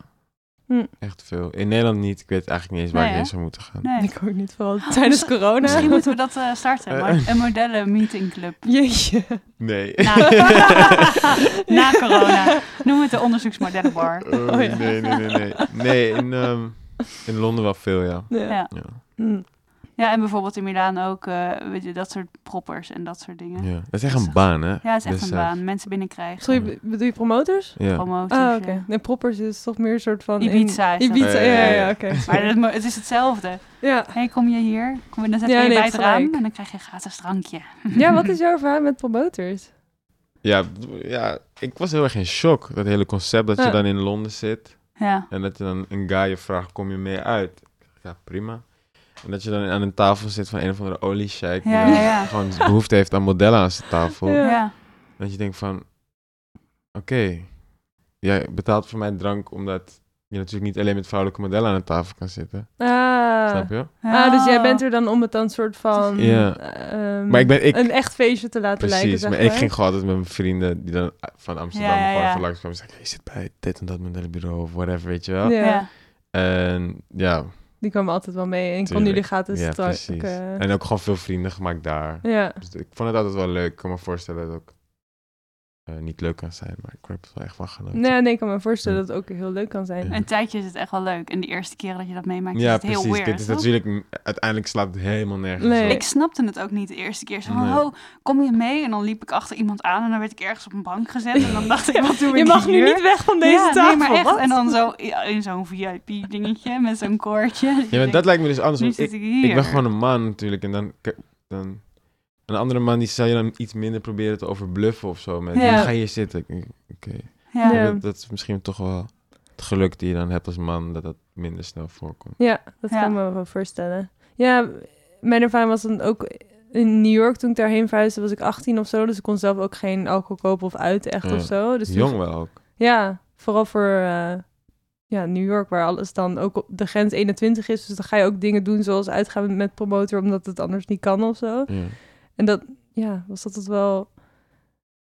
B: Hm.
C: Echt veel. In Nederland niet. Ik weet eigenlijk niet eens waar
A: Mm. Nee, hè?
C: ik heen zou moeten gaan.
A: Nee.
B: Ik ook niet, vooral tijdens corona.
A: Misschien moeten we dat eh, starten.
C: Eh.
A: maar Een modellen meeting club.
B: Jeetje.
C: Nee.
A: Na, Nou. na corona. Noem het de onderzoeksmodellenbar.
C: Oh,
B: Oh, ja.
C: Nee, nee, nee, nee. Nee, in, ehm, in Londen wel veel, ja.
B: Ja.
A: Ja.
C: Ja.
B: Mm.
A: Ja, en bijvoorbeeld in Milaan ook eh, weet je, dat soort proppers en dat soort dingen. Ja,
C: ja. Dat is echt een baan, hè?
A: het is echt
C: Dus,
A: een
C: eh,
A: baan. Mensen binnenkrijgen.
B: Sorry, be- bedoel je promoters?
C: Ja.
A: Promoties.
B: Ah,
A: ja.
B: oké. Nee, proppers is toch meer een soort van... een-
A: Ibiza is dat.
B: Ibiza,
C: Eh,
B: ja, ja, oké.
A: Maar het, mo- het is hetzelfde.
B: Ja.
A: Hey, kom je hier? Kom, dan zetten
B: Ja,
A: we je
B: nee,
A: bij het raam
B: gelijk.
A: en dan krijg je een gratis drankje.
B: ja, wat is jouw verhaal met promoters?
C: Ja, ja, ik was heel erg in shock. Dat hele concept dat je
B: Ja.
C: dan in Londen zit
A: Ja.
C: en dat je dan een guy je vraagt, kom je mee uit? Ja, prima. En dat je dan aan een tafel zit van een of andere oliesheik die
A: Ja,
C: dan
A: ja, ja.
C: gewoon behoefte heeft aan modellen aan zijn tafel.
B: Ja.
A: Ja.
C: Dat je denkt van, oké, jij betaalt voor mijn drank omdat je natuurlijk niet alleen met vrouwelijke modellen aan de tafel kan zitten.
B: Ah.
C: Snap je?
B: Ah, dus jij
A: Oh.
B: bent er dan om het dan soort van
C: Ja.
B: ehm,
C: Maar ik ben, ik,
B: een echt feestje te laten lijken.
C: Precies,
B: Zeg
C: maar ik ging gewoon altijd met mijn vrienden die dan van Amsterdam
A: Ja, ja,
C: gewoon
A: ja.
C: even langskwamen en zeiden, hey, je zit bij dit en dat modellenbureau of whatever, weet je wel.
B: Ja,
A: Ja.
C: En ja,
B: die kwam altijd wel mee en ik kon
C: Tuurlijk.
B: jullie gratis
C: ja
B: drank,
C: precies.
B: eh,
C: En ook gewoon veel vrienden gemaakt daar.
B: ja.
C: Dus ik vond het altijd wel leuk. Ik kan me voorstellen dat het ook eh, niet leuk kan zijn, maar ik heb er wel echt van genoten.
B: Nee, Nou nee, ik kan me voorstellen dat het ook heel leuk kan zijn.
C: Ja.
A: Een tijdje is het echt wel leuk. En de eerste keren dat je dat meemaakt is
C: ja,
A: het
C: precies.
A: heel weird.
C: Dit is
A: toch?
C: natuurlijk, uiteindelijk slaat het helemaal nergens
B: Nee.
C: op.
A: Ik snapte het ook niet de eerste keer. Zo van,
C: Nee.
A: oh, kom je mee? En dan liep ik achter iemand aan en dan werd ik ergens op een bank gezet. En dan dacht ik, wat doe ik
B: Je mag nu
A: hier?
B: niet weg van deze
A: ja, nee,
B: tafel.
A: maar echt.
B: wat?
A: En dan zo ja, in zo'n VIP-dingetje met zo'n koordje.
C: Ja, maar dat lijkt me dus anders.
A: nu
C: want ik,
A: zit ik hier.
C: Ik ben gewoon een man natuurlijk. En dan, k- dan een andere man die zou je dan iets minder proberen te overbluffen of zo. Met,
B: Ja.
C: Ga hier zitten. Ik denk, Oké.
A: Ja.
B: Ja.
C: Dat, dat is misschien toch wel het geluk die je dan hebt als man, dat dat minder snel voorkomt.
B: Ja, dat
A: Ja.
B: kan ik me wel voorstellen. Ja, mijn ervaring was dan ook in New York toen ik daarheen verhuisde, was ik 18 of zo. Dus ik kon zelf ook geen alcohol kopen of uit echt
C: Ja.
B: of zo. Dus toen-
C: Jong wel ook.
B: Ja, vooral voor eh, ja, New York, waar alles dan ook op de grens 21 is. Dus dan ga je ook dingen doen zoals uitgaan met promotor, omdat het anders niet kan of zo.
C: Ja.
B: En dat, ja, was dat het wel.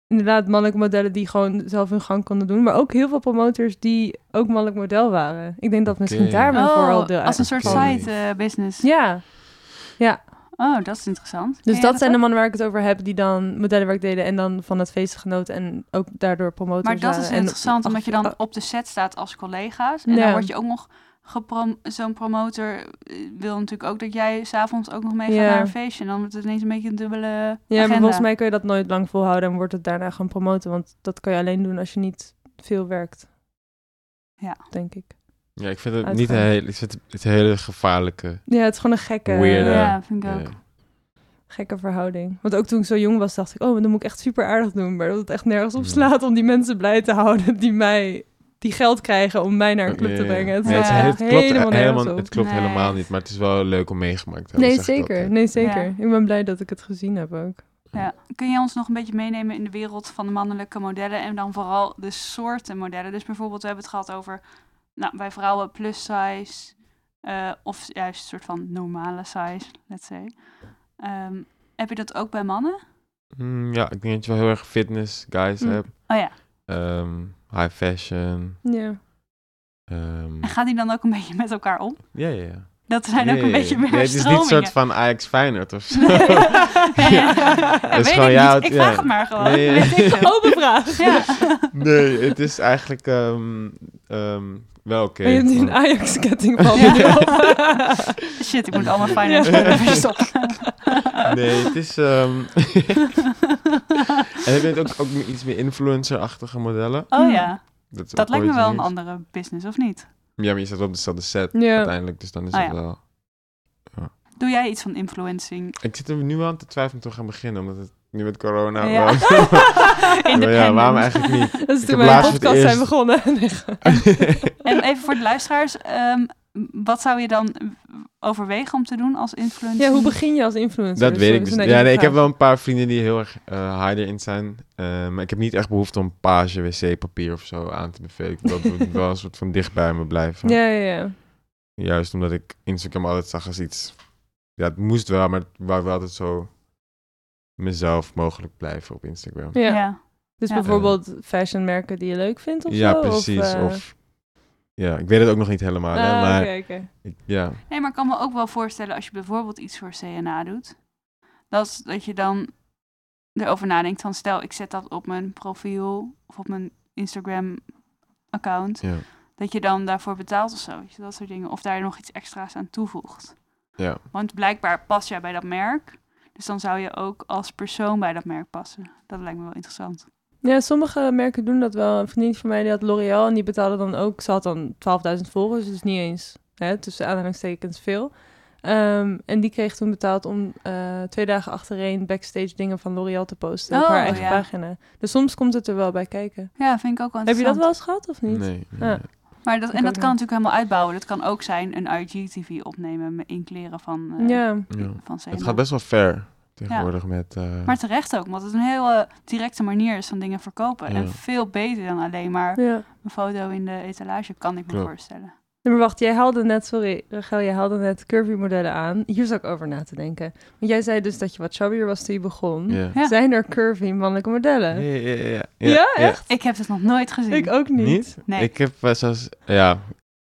B: Inderdaad, mannelijke modellen die gewoon zelf hun gang konden doen. Maar ook heel veel promotors die ook mannelijk model waren. Ik denk dat misschien
C: Oké.
B: daar mijn voordeel
A: Oh,
B: uit
A: als een soort
C: Oké.
B: kwam.
A: side eh, business.
B: Ja,
A: Oh, dat is interessant. Ken
B: dus
A: jij
B: dat zijn de
A: ook?
B: mannen waar ik het over heb. Die dan modellenwerk deden en dan van het feest genoten. En ook daardoor promotors
A: Maar dat
B: waren.
A: is
B: eh,
A: dus
B: En-
A: interessant, omdat je dan
B: ach, eh,
A: op de set staat als collega's. En dan
B: Ja.
A: word je ook nog geprom- zo'n promotor eh, wil natuurlijk ook dat jij s'avonds ook nog mee gaat
B: Ja.
A: naar een feestje. En dan wordt het ineens een beetje een dubbele
B: Ja,
A: agenda.
B: maar volgens mij kun je dat nooit lang volhouden en wordt het daarna gewoon promoten. Want dat kan je alleen doen als je niet veel werkt.
A: Ja.
B: Denk ik.
C: Ja, ik vind het
B: Uitgaan.
C: niet een hele, ik vind het, het hele gevaarlijke. eh,
B: Ja, het is gewoon een gekke,
C: Weirdo.
B: ja,
A: Ja, vind ik ook.
C: Ja.
B: gekke verhouding. Want ook toen ik zo jong was, dacht ik, oh, dan moet ik echt super aardig doen. Maar dat het echt nergens op
C: Ja.
B: slaat om die mensen blij te houden die mij, die geld krijgen om mij naar een club
C: Ja,
B: te
C: ja.
B: brengen. Het,
C: Nee,
B: is
A: het-
B: echt
C: het klopt,
B: helemaal
C: helemaal,
B: nergens op.
C: het klopt
A: Nee.
C: helemaal niet, maar het is wel leuk om meegemaakt te hebben.
B: Nee,
C: zeg ik
B: zeker.
C: altijd.
B: Nee, zeker.
A: Ja.
B: Ik ben blij dat ik het gezien heb ook.
A: Ja. Kun je ons nog een beetje meenemen in de wereld van de mannelijke modellen en dan vooral de soorten modellen? Dus bijvoorbeeld, we hebben het gehad over nou, bij vrouwen plus size eh, of juist een soort van normale size, let's say. Ehm, heb je dat ook bij mannen?
C: Mm, ja, ik denk dat je wel heel erg fitness guys
B: Mm.
C: hebt.
A: Oh ja.
C: Ehm, high fashion.
B: Ja.
C: ehm,
A: En gaat die dan ook een beetje met elkaar om?
C: ja, ja, ja.
A: Dat zijn
C: Ja,
A: ook
C: ja,
A: een
C: ja.
A: beetje meer
C: Nee, Het is niet een soort
A: stromingen.
C: van Ajax Feyenoord of zo.
A: Ja,
C: is
A: weet
C: gewoon
A: ik
C: jou-
A: niet. Ik
C: ja.
A: vraag het maar gewoon.
C: Nee, ja.
A: Weet ik Oh, veel.
B: Open vraag.
A: Ja.
C: nee, het is eigenlijk ehm, ehm, wel oké.
A: Oh,
B: En je hebt nu een
C: maar-
B: Ajax-ketting van
A: Ja.
B: me
A: Shit, ik moet allemaal finance worden verstoppen.
C: Nee, het is... ehm, en heb je het ook, ook iets meer influencer-achtige modellen?
A: Oh ja,
C: Dat, is
A: dat
C: ook
A: lijkt me
C: iets
A: wel een
C: nieuws.
A: andere business, of niet?
C: Ja, maar je staat wel op dezelfde set
B: Ja.
C: uiteindelijk, dus dan is
A: Ah,
C: het
A: ja.
C: wel...
A: Doe jij iets van influencing?
C: Ik zit er nu wel aan te twijfelen om te gaan beginnen, omdat het nu met corona...
A: Ja.
C: wel- Maar ja,
A: Independent.
C: waarom eigenlijk niet?
B: Dat is
C: Ik
B: toen
C: heb
B: wij de
C: laatst voor het
B: podcast zijn begonnen.
C: eerst-
B: Nee,
A: En even voor de luisteraars, ehm, wat zou je dan overwegen om te doen als influencer?
B: Ja, hoe begin je als influencer?
C: dat weet ik
B: Sorry,
C: dus
B: dat
C: niet.
B: is
C: Ja,
B: een
C: nee, ik heb
B: vraag.
C: wel een paar vrienden die heel erg eh high erin zijn. eh, maar ik heb niet echt behoefte om page wc-papier of zo aan te bevelen. Ik wil dat moet wel een soort van dicht bij me blijven.
B: Ja, ja, ja.
C: Juist omdat ik Instagram altijd zag als iets... Ja, het moest wel, maar het wou wel altijd zo mezelf mogelijk blijven op Instagram.
B: ja.
A: Ja.
B: Dus
A: Ja.
B: bijvoorbeeld fashionmerken die je leuk vindt of
C: ja,
B: zo?
C: precies. Of,
B: eh,
C: Ja, ik weet het ook nog niet helemaal, hè,
B: ah,
C: maar...
B: oké, oké.
C: ik- ja.
A: Nee, maar ik kan me ook wel voorstellen als je bijvoorbeeld iets voor CNA doet, dat, dat je dan erover nadenkt van stel ik zet dat op mijn profiel of op mijn Instagram account,
C: ja.
A: dat je dan daarvoor betaalt of zo, weet je, dat soort dingen. Of daar nog iets extra's aan toevoegt.
C: Ja.
A: Want blijkbaar pas jij bij dat merk, dus dan zou je ook als persoon bij dat merk passen. Dat lijkt me wel interessant.
B: Ja, sommige merken doen dat wel. Een vriendin van mij die had L'Oreal en die betaalde dan ook... Ze had dan 12.000 volgers, dus niet eens hè, tussen aanhalingstekens veel. Ehm, en die kreeg toen betaald om eh, twee dagen achtereen backstage dingen van L'Oreal te posten op
A: Oh,
B: haar eigen
A: ja.
B: pagina. Dus soms komt het er wel bij kijken.
A: Ja, vind ik ook wel interessant.
B: Heb je dat wel eens gehad of niet?
C: Nee.
B: Ah.
C: nee.
A: Maar dat,
B: Ik
A: en dat
B: ook
A: kan
B: niet.
A: natuurlijk helemaal uitbouwen. Dat kan ook zijn een IGTV opnemen met in kleren van, eh
B: Ja.
C: Ja.
A: van Zena.
C: Het gaat best wel ver tegenwoordig met... eh,
A: Maar terecht ook, want het een heel eh, directe manier is van dingen verkopen. En
C: Ja.
A: veel beter dan alleen maar
B: ja.
A: een foto in de etalage, kan ik me
C: Klopt.
A: voorstellen.
B: Nee, maar wacht, jij haalde net, sorry Rachel, jij haalde net curvy modellen aan. Hier zat ik over na te denken. Want jij zei dus dat je wat chubbier was toen je begon.
C: ja.
A: Ja.
B: Zijn er curvy mannelijke modellen?
C: Ja, ja, ja, ja.
B: Ja, echt?
A: Ik heb dat nog nooit gezien.
B: Ik ook niet.
A: Nee.
C: Ik heb eh, zoals... Ja.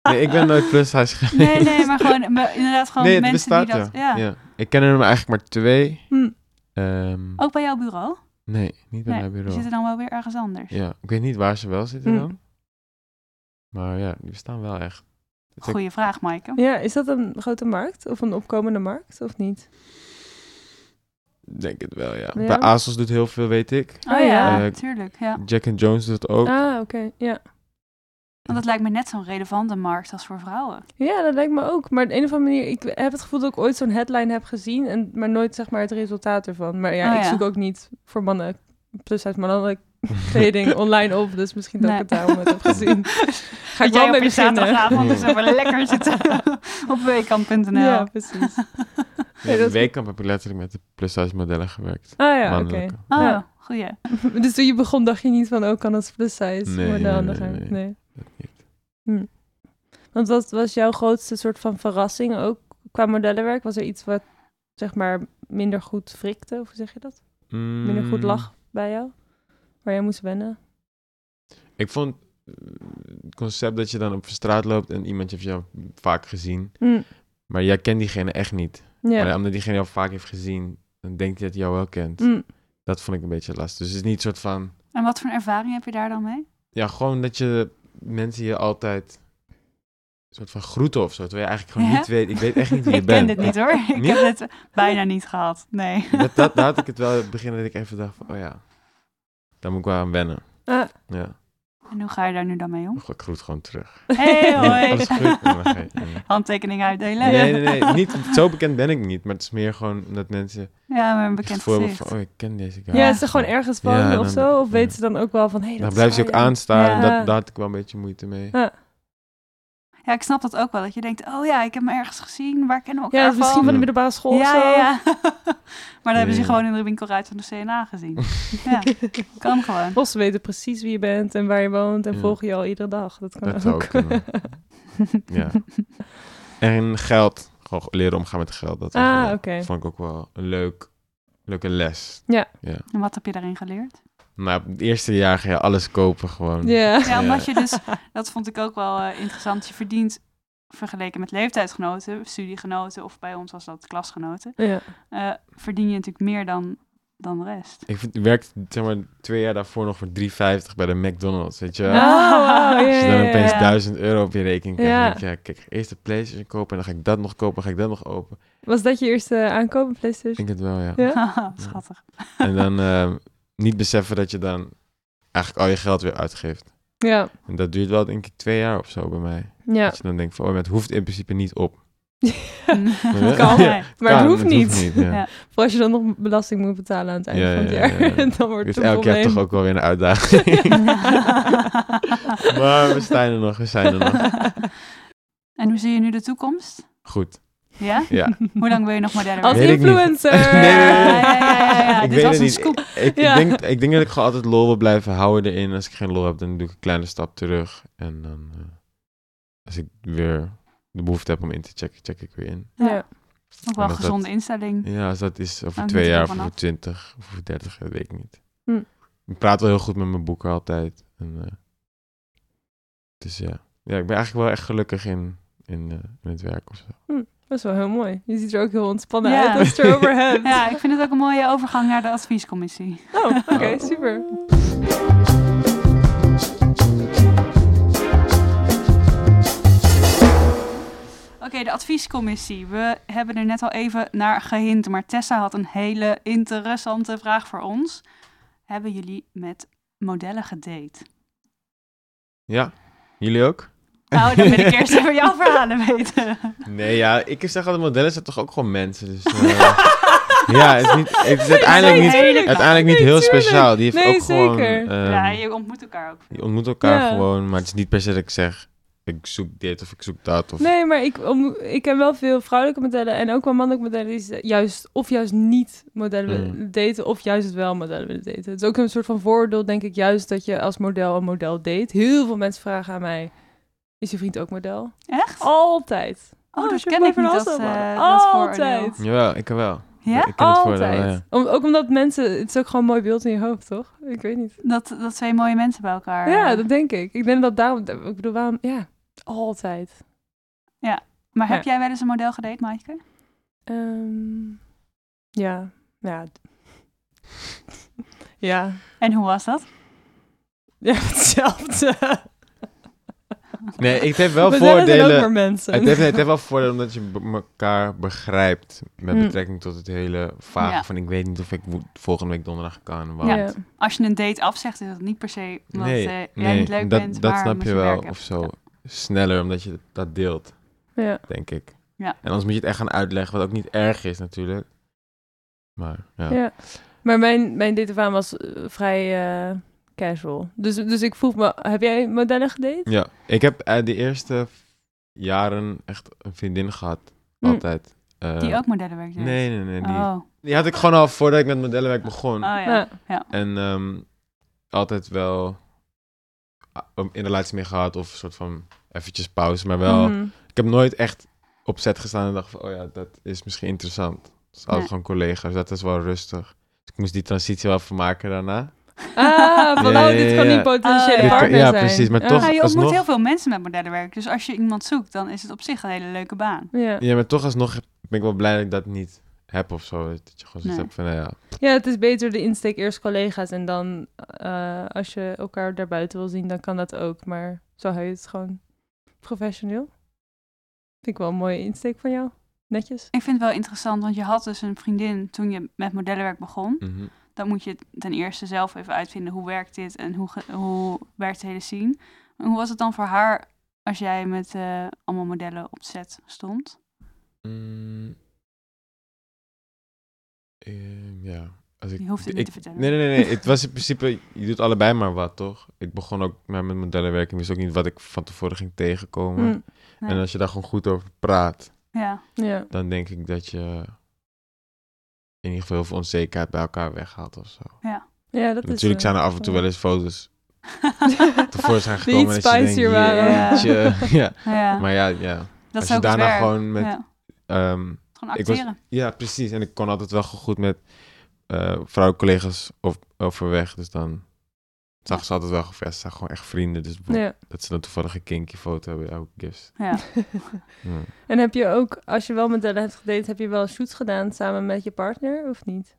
C: Nee, ik ben nooit plus size geweest.
A: Nee, nee, maar gewoon maar inderdaad gewoon
C: Nee, het
A: mensen
C: bestaat,
A: die dat...
C: ja. Ja. Ik ken er eigenlijk maar twee.
B: Hm.
C: Ehm,
A: Ook bij jouw bureau?
C: Nee, niet bij
A: Oh. nee,
C: mijn
A: die
C: bureau.
A: zitten dan wel weer ergens anders.
C: Ja, ik weet niet waar ze wel zitten
B: Hm.
C: dan. Maar ja, die bestaan wel echt. Het is ook-
A: Goeie vraag, Maaike.
B: Ja, is dat een grote markt? Of een opkomende markt? Of niet?
C: Denk het wel, ja.
B: Ja.
C: Bij ASOS doet heel veel, weet ik.
A: Oh
B: Oh
A: ja,
B: ja.
C: Eh,
A: tuurlijk. Ja.
C: Jack and Jones doet het ook.
B: Ah, oké. Ja.
A: Want dat lijkt me net zo'n relevante markt als voor vrouwen.
B: ja, dat lijkt me ook. Maar op de een of andere manier, ik heb het gevoel dat ik ooit zo'n headline heb gezien. En, maar nooit zeg maar het resultaat ervan. Maar ja,
A: Oh,
B: ik
A: ja.
B: zoek ook niet voor mannen plus uit mannelijke kleding online op. Dus misschien dat
A: Nee.
B: ik het daarom het heb gezien. Ga
A: Had
B: ik
A: jij
B: wel
A: op
B: mee
A: je
B: beginnen.
A: zaterdagavond dus
C: Ja.
A: even lekker zitten op weekend.nl.
B: Ja, precies.
C: Ja,
B: dat-
C: in Weekamp heb ik letterlijk met de plus size modellen gewerkt.
B: Ah ja, oké.
C: Mannelijke.
A: Oh,
B: Ja.
A: goeie.
B: Dus toen je begon dacht je niet van, oh, kan het plus size
C: Nee,
B: model
C: nee,
B: nog
C: nee,
B: uit?
C: nee.
B: Nee.
C: Dat niet.
B: Want wat was jouw grootste soort van verrassing ook qua modellenwerk? Was er iets wat zeg maar minder goed frikte, of hoe zeg je dat? Minder
C: Mm.
B: goed lag bij jou? Waar jij moest wennen?
C: Ik vond eh, het concept dat je dan op straat loopt en iemand heeft jou vaak gezien.
B: Mm,
C: Maar jij kent diegene echt niet.
B: ja.
C: Maar omdat diegene jou vaak heeft gezien, dan denkt hij dat hij jou wel kent.
B: Mm,
C: Dat vond ik een beetje lastig. Dus het is niet soort van...
A: En wat voor een ervaring heb je daar dan mee?
C: Ja, gewoon dat je mensen je altijd soort van groeten of zo. Terwijl je eigenlijk gewoon
A: Ja?
C: niet weet... Ik weet echt niet wie je
A: Ik ken
C: bent.
A: dit niet hoor. Ik
C: Niet?
A: heb het bijna niet gehad. Nee.
C: Dat, dat, daar had ik het wel in het begin dat ik even dacht van, oh ja, daar moet ik wel aan wennen.
B: Ah.
C: Ja,
A: En hoe ga je daar nu dan mee om?
C: Goh, ik groet gewoon terug.
A: Oh, Hey,
C: Ja,
A: hoi.
C: alles goed? Ja, maar geen- ja.
A: Handtekening uitdelen.
C: Nee, nee, nee, niet, zo bekend ben ik niet, maar het is meer gewoon dat mensen
A: Ja, maar een
C: het
A: bekend
C: gevoel hebben
A: gezicht.
C: van, oh, ik ken deze guy.
B: ja, is er gewoon ergens van
C: Ja,
B: of
C: dan-
B: zo? Of
C: ja.
B: weten ze dan ook wel van... Hey, dat
C: Dan
B: is
C: blijft ze ook
B: Arjan.
C: aanstaan, en
B: Ja.
C: dat, daar had ik wel een beetje moeite mee.
A: Ja, ik snap dat ook wel. Dat je denkt, oh ja, ik heb hem ergens gezien. Waar kennen we
B: Ja,
A: elkaar
B: dat is
A: van?
B: misschien van de middelbare school of
A: ja,
B: zo.
A: ja, ja. maar dan hebben ze
C: Ja.
A: gewoon in de winkelruit van de CNA gezien. ja, kan gewoon.
B: Of ze weten precies wie je bent en waar je woont en
C: Ja.
B: volgen je al iedere dag. Dat kan
C: Dat
B: ook.
C: zou ook kunnen. Ja. En geld, gewoon leren omgaan met geld. Dat was
B: Ah,
C: wel-
B: oké.
C: vond ik ook wel een leuk, leuke les.
A: En wat heb je daarin geleerd?
C: Nou, het eerste jaar ga je alles kopen gewoon.
B: Ja.
A: Ja, omdat je dus, dat vond ik ook wel eh, interessant, je verdient vergeleken met leeftijdsgenoten, studiegenoten of bij ons was dat klasgenoten,
B: Ja.
A: eh, verdien je natuurlijk meer dan, dan de rest.
C: Ik vind- werkte zeg maar, twee jaar daarvoor nog voor 3,50 bij de McDonald's, weet je wel.
A: Ja.
B: Oh, wow,
A: Als
C: Als
B: ja,
C: je dan
B: ja,
C: opeens
B: ja.
C: 1000 euro op je rekening krijgt,
B: Ja.
C: dan denk je, ja, kijk, eerst de PlayStation kopen en dan ga ik dat nog kopen, dan ga ik dat nog open.
B: Was dat je eerste aankoop, een
C: Ik
B: PlayStation?
C: denk het wel, ja.
B: Ja.
A: Schattig.
C: En dan ehm, niet beseffen dat je dan eigenlijk al je geld weer uitgeeft.
B: Ja.
C: En dat duurt wel denk ik twee jaar of zo bij mij.
B: Ja.
C: Dat je dan denkt van, oh, maar het hoeft in principe niet op.
A: Mm. dat
C: Ja.
A: kan. Nee.
B: Maar het
C: Kan,
B: hoeft niet.
C: ja.
A: Ja.
B: Voor als je dan nog belasting moet betalen aan het einde
C: Ja,
B: van het
C: ja,
B: jaar.
C: ja, ja.
B: dan wordt
C: Dus
B: het
C: elk
B: een
C: jaar
B: probleem.
C: toch ook wel weer een uitdaging. maar we zijn er nog, we zijn er nog.
A: En hoe zie je nu de toekomst?
C: Goed,
A: Ja?
C: ja.
A: Hoe lang wil je nog modellen
B: Als
C: Weet ik niet.
B: influencer.
C: Nee, nee, nee.
A: Ja, ja, ja, ja, ja.
C: Ik
A: Dit
C: weet
A: was
C: het
A: een
C: niet.
A: scoop.
C: Ik, ik
B: Ja.
C: denk, ik denk dat ik gewoon altijd lol wil blijven houden erin. Als ik geen lol heb, dan doe ik een kleine stap terug. En dan, eh, als ik weer de behoefte heb om in te checken, check ik weer in.
B: Ja.
A: Ook wel
C: En
A: een
C: dat-
A: gezonde instelling.
C: Ja, als dat is over
B: Nou,
A: Hangt
C: twee
A: het
C: jaar, of
A: ervan
C: over
A: af.
C: twintig, of over dertig, dat weet ik niet.
B: Hm.
C: Ik praat wel heel goed met mijn boeken altijd. En, eh, dus ja. ja, ik ben eigenlijk wel echt gelukkig in, in, eh, in het werk of zo.
B: Dat is wel heel mooi. Je ziet er ook heel ontspannen
A: Ja.
B: uit als je het erover hebt.
A: Ja, ik vind het ook een mooie overgang naar de adviescommissie.
B: Oh, oké, super.
A: Oké, de adviescommissie. We hebben er net al even naar gehint, maar Tessa had een hele interessante vraag voor ons. Hebben jullie met modellen gedate?
C: Ja, jullie ook?
A: Nou, dan wil ik eerst even jouw verhalen weten.
C: Nee, ja, ik zeg altijd, modellen zijn toch ook gewoon mensen. Dus, eh, ja, het is, niet, het is uiteindelijk niet
A: Tuurlijk.
C: Uiteindelijk niet
B: Nee,
C: heel
B: tuurlijk.
C: speciaal. Die heeft
B: Nee,
C: ook gewoon...
B: zeker.
C: ehm,
A: ja, je ontmoet elkaar ook.
C: Je ontmoet elkaar
B: Ja.
C: gewoon, maar het is niet per se dat ik zeg... Ik zoek dit of ik zoek dat. Of,
B: Nee, maar ik, om, ik ken wel veel vrouwelijke modellen en ook wel mannelijke modellen die ze juist of juist niet modellen willen
C: Hmm.
B: daten of juist wel modellen willen daten. Het is ook een soort van voordeel, denk ik, juist dat je als model een model date. Heel veel mensen vragen aan mij, is je vriend ook model?
A: Echt?
B: Altijd.
A: Oh,
B: dus
A: dat
B: je
A: ken
B: bent
A: ik niet,
B: een
A: dat,
B: awesome
A: eh,
B: man.
A: dat
B: Altijd.
A: vooroordeel.
C: Jawel, ik wel.
A: Ja?
C: Ik ken het voordeel,
B: Altijd.
C: ja.
B: Om, ook omdat mensen, het is ook gewoon een mooi beeld in je hoofd, toch? Ik weet niet.
A: Dat, dat twee mooie mensen bij elkaar.
B: Ja, dat denk ik. Ik denk dat daarom, ik bedoel, waarom, ja, altijd.
A: Maar heb
B: Ja.
A: jij wel eens een model gedate, Maaike?
B: Ehm, ja, ja. ja.
A: En hoe was dat?
B: Ja, hetzelfde.
C: Nee, het heeft wel
B: We zijn ook maar
C: voordelen...
B: mensen.
C: Het heeft, het heeft wel voordelen omdat je be- elkaar begrijpt. Met
B: Mm.
C: betrekking tot het hele vage
A: Hmm. Ja.
C: van... Ik weet niet of ik wo- volgende week donderdag kan. Want...
B: ja.
A: Als je een date afzegt, is dat niet per se omdat
C: Nee,
A: eh, jij
C: nee,
A: niet leuk
C: dat,
A: bent,
C: dat
A: maar
C: snap
A: omdat
C: je
A: werk
C: wel.
A: hebt.
C: Of zo. Sneller, omdat je dat deelt.
B: ja.
C: denk ik.
A: Ja.
C: En anders moet je het echt gaan uitleggen, wat ook niet erg is natuurlijk. Maar ja.
B: Ja. Maar mijn, mijn dateervaring was eh, vrij eh, casual. Dus, dus ik vroeg me, heb jij modellen gedate?
C: Ja, ik heb eh, de eerste jaren echt een vriendin gehad,
B: Mm.
C: altijd. Eh,
A: Hm. Die ook modellenwerk deed?
C: Nee, nee, nee. Die,
A: Oh, oh
C: die had ik gewoon al voordat ik met modellenwerk begon.
A: ja.
B: Ja.
C: En ehm, altijd wel ah, um, in relatie mee gehad of een soort van eventjes pauze, maar wel...
B: Mhm.
C: Ik heb nooit echt op set gestaan en dacht van, oh ja, dat is misschien interessant. Het is altijd
A: Nee.
C: gewoon collega's, dat is wel rustig. Dus ik moest die transitie wel van maken daarna.
B: Ah, van
C: Ja,
B: oh,
C: ja,
B: dit
C: ja,
B: kan
C: ja.
B: die potentiële
A: Oh, ja.
B: partner
C: Ja,
B: zijn. Ah.
C: precies, maar
B: Ja.
C: toch-
A: Ja, je
C: alsnog-
A: ontmoet heel veel mensen met modellenwerk. Dus als je iemand zoekt, dan is het op zich een hele leuke baan.
B: Ja.
C: Ja, maar toch alsnog heb- ben ik wel blij dat ik dat niet heb of zo. Dat je gewoon zoiets
A: Nee.
C: hebt van, nou ja,
B: ja, het is beter de insteek eerst collega's en dan eh, als je elkaar daarbuiten wil zien, dan kan dat ook. Maar zo hou je het gewoon professioneel. Vind ik wel een mooie insteek van jou. Netjes.
A: Ik vind het wel interessant, want je had dus een vriendin toen je met modellenwerk begon.
C: mhm.
A: Dan moet je ten eerste zelf even uitvinden hoe werkt dit en hoe, ge- hoe werkt de hele scene. En hoe was het dan voor haar als jij met eh, allemaal modellen op set stond?
C: Mm. Ehm, ja. Als ik,
A: Je hoeft het
C: ik-
A: niet te vertellen.
C: Nee, nee, nee, nee. Het was in principe, je doet allebei maar wat, toch? Ik begon ook met mijn modellenwerking, wist ook niet wat ik van tevoren ging tegenkomen.
B: Mm,
A: Nee.
C: En als je daar gewoon goed over praat,
A: Ja,
B: ja.
C: dan denk ik dat je in ieder geval heel veel onzekerheid bij elkaar weghaalt of zo.
B: ja, dat
C: Natuurlijk
B: is... eh,
C: zijn er af en toe wel eens foto's tevoorschijn
B: Die iets
C: gekomen. en dat je denkt,
B: spicier waren.
C: "Jeetje." ja.
A: ja.
C: Maar ja, ja.
A: dat
C: als
A: is
C: je
A: ook het
C: daarna
A: werk.
C: gewoon met...
A: Ja.
C: ehm,
A: Gewoon
C: ik was-
A: acteren.
C: Ja, precies. En ik kon altijd wel goed met eh vrouwelijke collega's of, overweg. Dus dan zag ze altijd wel van, ja, ze zijn gewoon echt vrienden. Dus bijvoorbeeld
B: ja.
C: dat ze dan toevallig een kinky foto hebben, ja, who gives.
A: Ja.
C: Ja.
B: En heb je ook, als je wel modellen hebt gedate, heb je wel shoots gedaan samen met je partner of niet?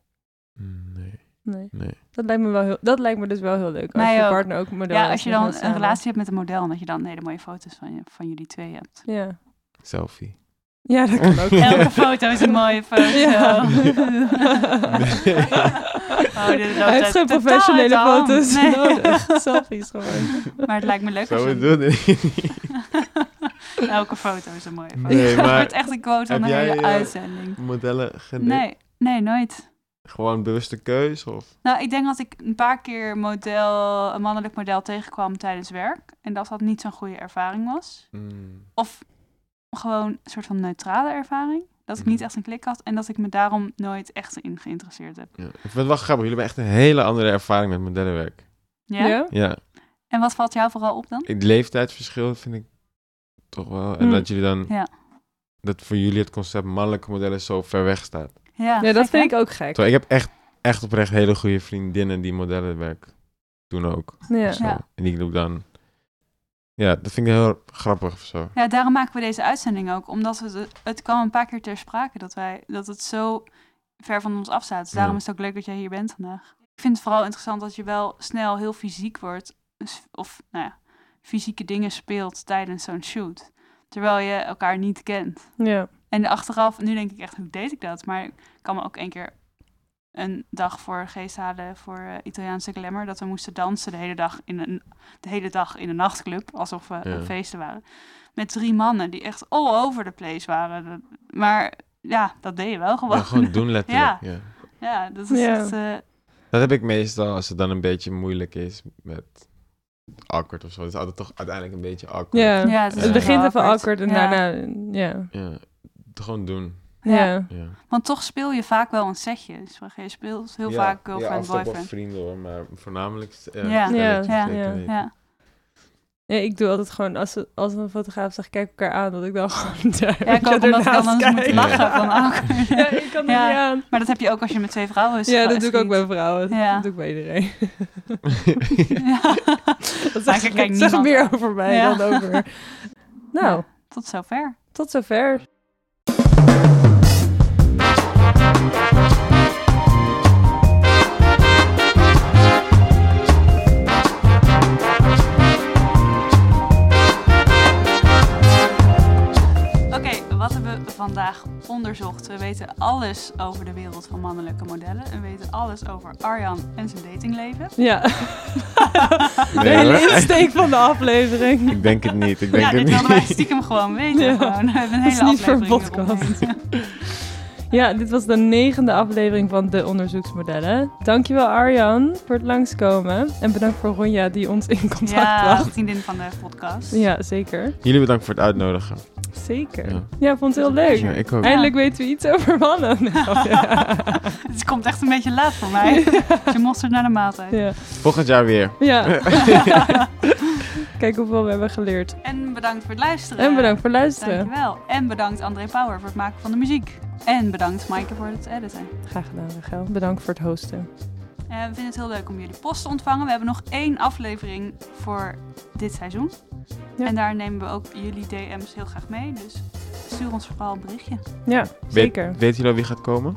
C: Mm, Nee.
B: Nee.
C: Nee.
B: Dat lijkt me, wel heel, dat lijkt me dus wel heel leuk. Als
A: Mij
B: je
A: ook.
B: partner ook model
A: Ja,
B: is
A: als je
B: en
A: dan
B: gewoon
A: een
B: samen.
A: relatie hebt met een model, en dat je dan hele mooie foto's van, je, van jullie twee hebt.
B: Ja.
C: Selfie.
B: ja, dat kan ook.
A: Elke foto is een mooie foto.
B: Ja.
A: Oh, dit loopt
B: Hij heeft
A: echt
B: geen
A: totaal uit
B: professionele
A: de hand.
B: foto's
A: Nee.
B: nodig. Selfies gewoon.
A: Maar het lijkt me leuk.
C: Zo
A: als
C: we
A: je-
C: doen het niet.
A: Elke foto is een mooie foto.
C: Nee,
A: Dat
C: maar
A: wordt echt een quote van de
C: heb jij,
A: hele
C: eh,
A: uitzending.
C: Modellen gedate?
A: Nee, nee, nooit.
C: Gewoon bewuste keus of?
A: Nou, ik denk dat ik een paar keer model, een mannelijk model tegenkwam tijdens werk. En dat dat niet zo'n goede ervaring was.
C: Mm,
A: Of gewoon een soort van neutrale ervaring. Dat ik niet
C: Mhm.
A: echt een klik had en dat ik me daarom nooit echt in geïnteresseerd heb.
C: ja. Ik vind het wel grappig. Jullie hebben echt een hele andere ervaring met modellenwerk.
A: Ja?
B: Ja?
C: Ja.
A: En wat valt jou vooral op dan?
C: Het leeftijdsverschil vind ik toch wel. En
B: Mm.
C: dat jullie dan...
A: Ja.
C: Dat voor jullie het concept mannelijke modellen zo ver weg staat.
A: Ja,
B: Ja, dat
A: gek,
B: vind
A: hè?
B: ik ook gek.
C: Terwijl ik heb echt, echt oprecht hele goede vriendinnen die modellenwerk doen ook.
B: Ja.
C: Zo.
A: Ja.
C: En die doe ik dan... Ja, dat vind ik heel grappig of zo.
A: Ja, daarom maken we deze uitzending ook. Omdat het, het kwam een paar keer ter sprake dat, wij, dat het zo ver van ons af staat. Dus daarom
C: Ja.
A: is het ook leuk dat jij hier bent vandaag. Ik vind het vooral interessant dat je wel snel heel fysiek wordt. dus- Of nou ja, fysieke dingen speelt tijdens zo'n shoot. Terwijl je elkaar niet kent.
B: Ja.
A: En achteraf, nu denk ik echt, hoe deed ik dat? Maar ik kan me ook één keer een dag voor de geest halen voor eh, Italiaanse glamour. Dat we moesten dansen de hele dag in een, de hele dag in een nachtclub. Alsof we
C: Ja.
A: op feesten waren. Met drie mannen die echt all over the place waren. Dat- Maar ja, dat deed je wel gewoon.
C: Ja, gewoon doen letterlijk. Ja.
A: Ja, dat is
B: Ja.
A: echt... eh,
C: Dat heb ik meestal als het dan een beetje moeilijk is met awkward of zo. Het is altijd toch uiteindelijk een beetje awkward.
B: ja.
A: ja, het, is wel
C: Het
B: begint even awkward en
A: Ja.
B: daarna... Ja.
C: Ja, Gewoon doen.
A: Ja.
B: Ja.
C: Ja.
A: Want toch speel je vaak wel een setje. Dus je speelt heel
C: Ja,
A: vaak
C: ja,
A: girlfriend,
C: of het ook wel
A: boyfriend.
C: vrienden hoor, maar voornamelijk eh,
A: Ja.
C: stelletjes,
B: Ja,
C: zeker
B: ja.
C: weten.
A: Ja.
B: Ja, ik doe altijd gewoon, als, als een fotograaf zegt, kijk elkaar aan, dat ik dan gewoon daar
A: Ja, ik ook, omdat ik dan anders moet lachen van awkward.
B: Ja, ik kan er
A: Ja.
B: niet aan.
A: Maar dat heb je ook als je met twee vrouwen is.
B: Ja, dat doe ik ook bij vrouwen.
A: Ja.
B: Dat doe ik bij iedereen.
A: Ja.
B: Dat
A: Maar
B: zegt,
A: ik kijk
B: dat zegt
A: niemand
B: meer
A: aan.
B: over mij
A: Ja.
B: dan over... Nou,
A: Ja, tot zover.
B: tot zover.
A: Oké, wat hebben we vandaag onderzocht? We weten alles over de wereld van mannelijke modellen. We weten alles over Arjan en zijn datingleven.
B: Ja. De
C: Nee,
B: hele
C: hoor.
B: insteek van de aflevering.
C: Ik denk het niet. Ik denk
A: ja, dit
C: het
A: wilden wij
C: niet.
A: stiekem gewoon weten.
B: Ja.
A: Gewoon. We hebben een
B: Dat is
A: hele
B: niet voor een
A: aflevering
B: podcast.
A: eromheen.
B: Ja, dit was de negende aflevering van De Onderzoeksmodellen. Dankjewel Arjan voor het langskomen. En bedankt voor Ronja die ons in contact
A: Ja,
B: bracht.
A: vriendin van de podcast.
B: Ja, zeker.
C: Jullie bedankt voor het uitnodigen.
B: Zeker. Ja,
C: Ja.
B: ik vond het heel leuk.
C: Ja, ik ook.
B: Eindelijk weten we iets over mannen. Nou, ja.
A: Het komt echt een beetje laat voor mij. Dus je mosterd naar de maaltijd.
B: Ja.
C: Volgend jaar weer.
B: ja. Kijk hoeveel we hebben geleerd.
A: En bedankt voor het luisteren.
B: En bedankt voor het luisteren.
A: Dankjewel. En bedankt André Power voor het maken van de muziek. En bedankt Maaike voor het editen.
B: Graag gedaan, Rachel. Bedankt voor het hosten.
A: Eh, we vinden het heel leuk om jullie post te ontvangen. We hebben nog één aflevering voor dit seizoen.
B: Ja.
A: En daar nemen we ook jullie DM's heel graag mee. Dus stuur ons vooral een berichtje.
B: Ja, zeker.
C: Weet, weten jullie al wie gaat komen?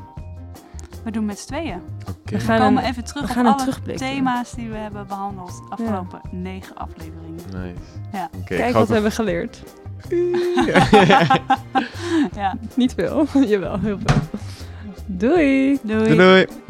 A: We doen met z'n tweeën.
C: Oké.
B: We
A: We
B: gaan
A: komen
B: een-
A: even terug
B: we
A: op
B: gaan een
A: alle
B: terugblik doen.
A: thema's die we hebben behandeld de afgelopen negen afleveringen.
C: Nice.
A: Ja.
C: Oké, ik
B: Kijk
C: ga
B: wat
C: ook
B: we hebben geleerd.
A: ja,
B: Niet veel. Jawel, heel veel. Doei.
A: doei.
C: nog- Doei. doei.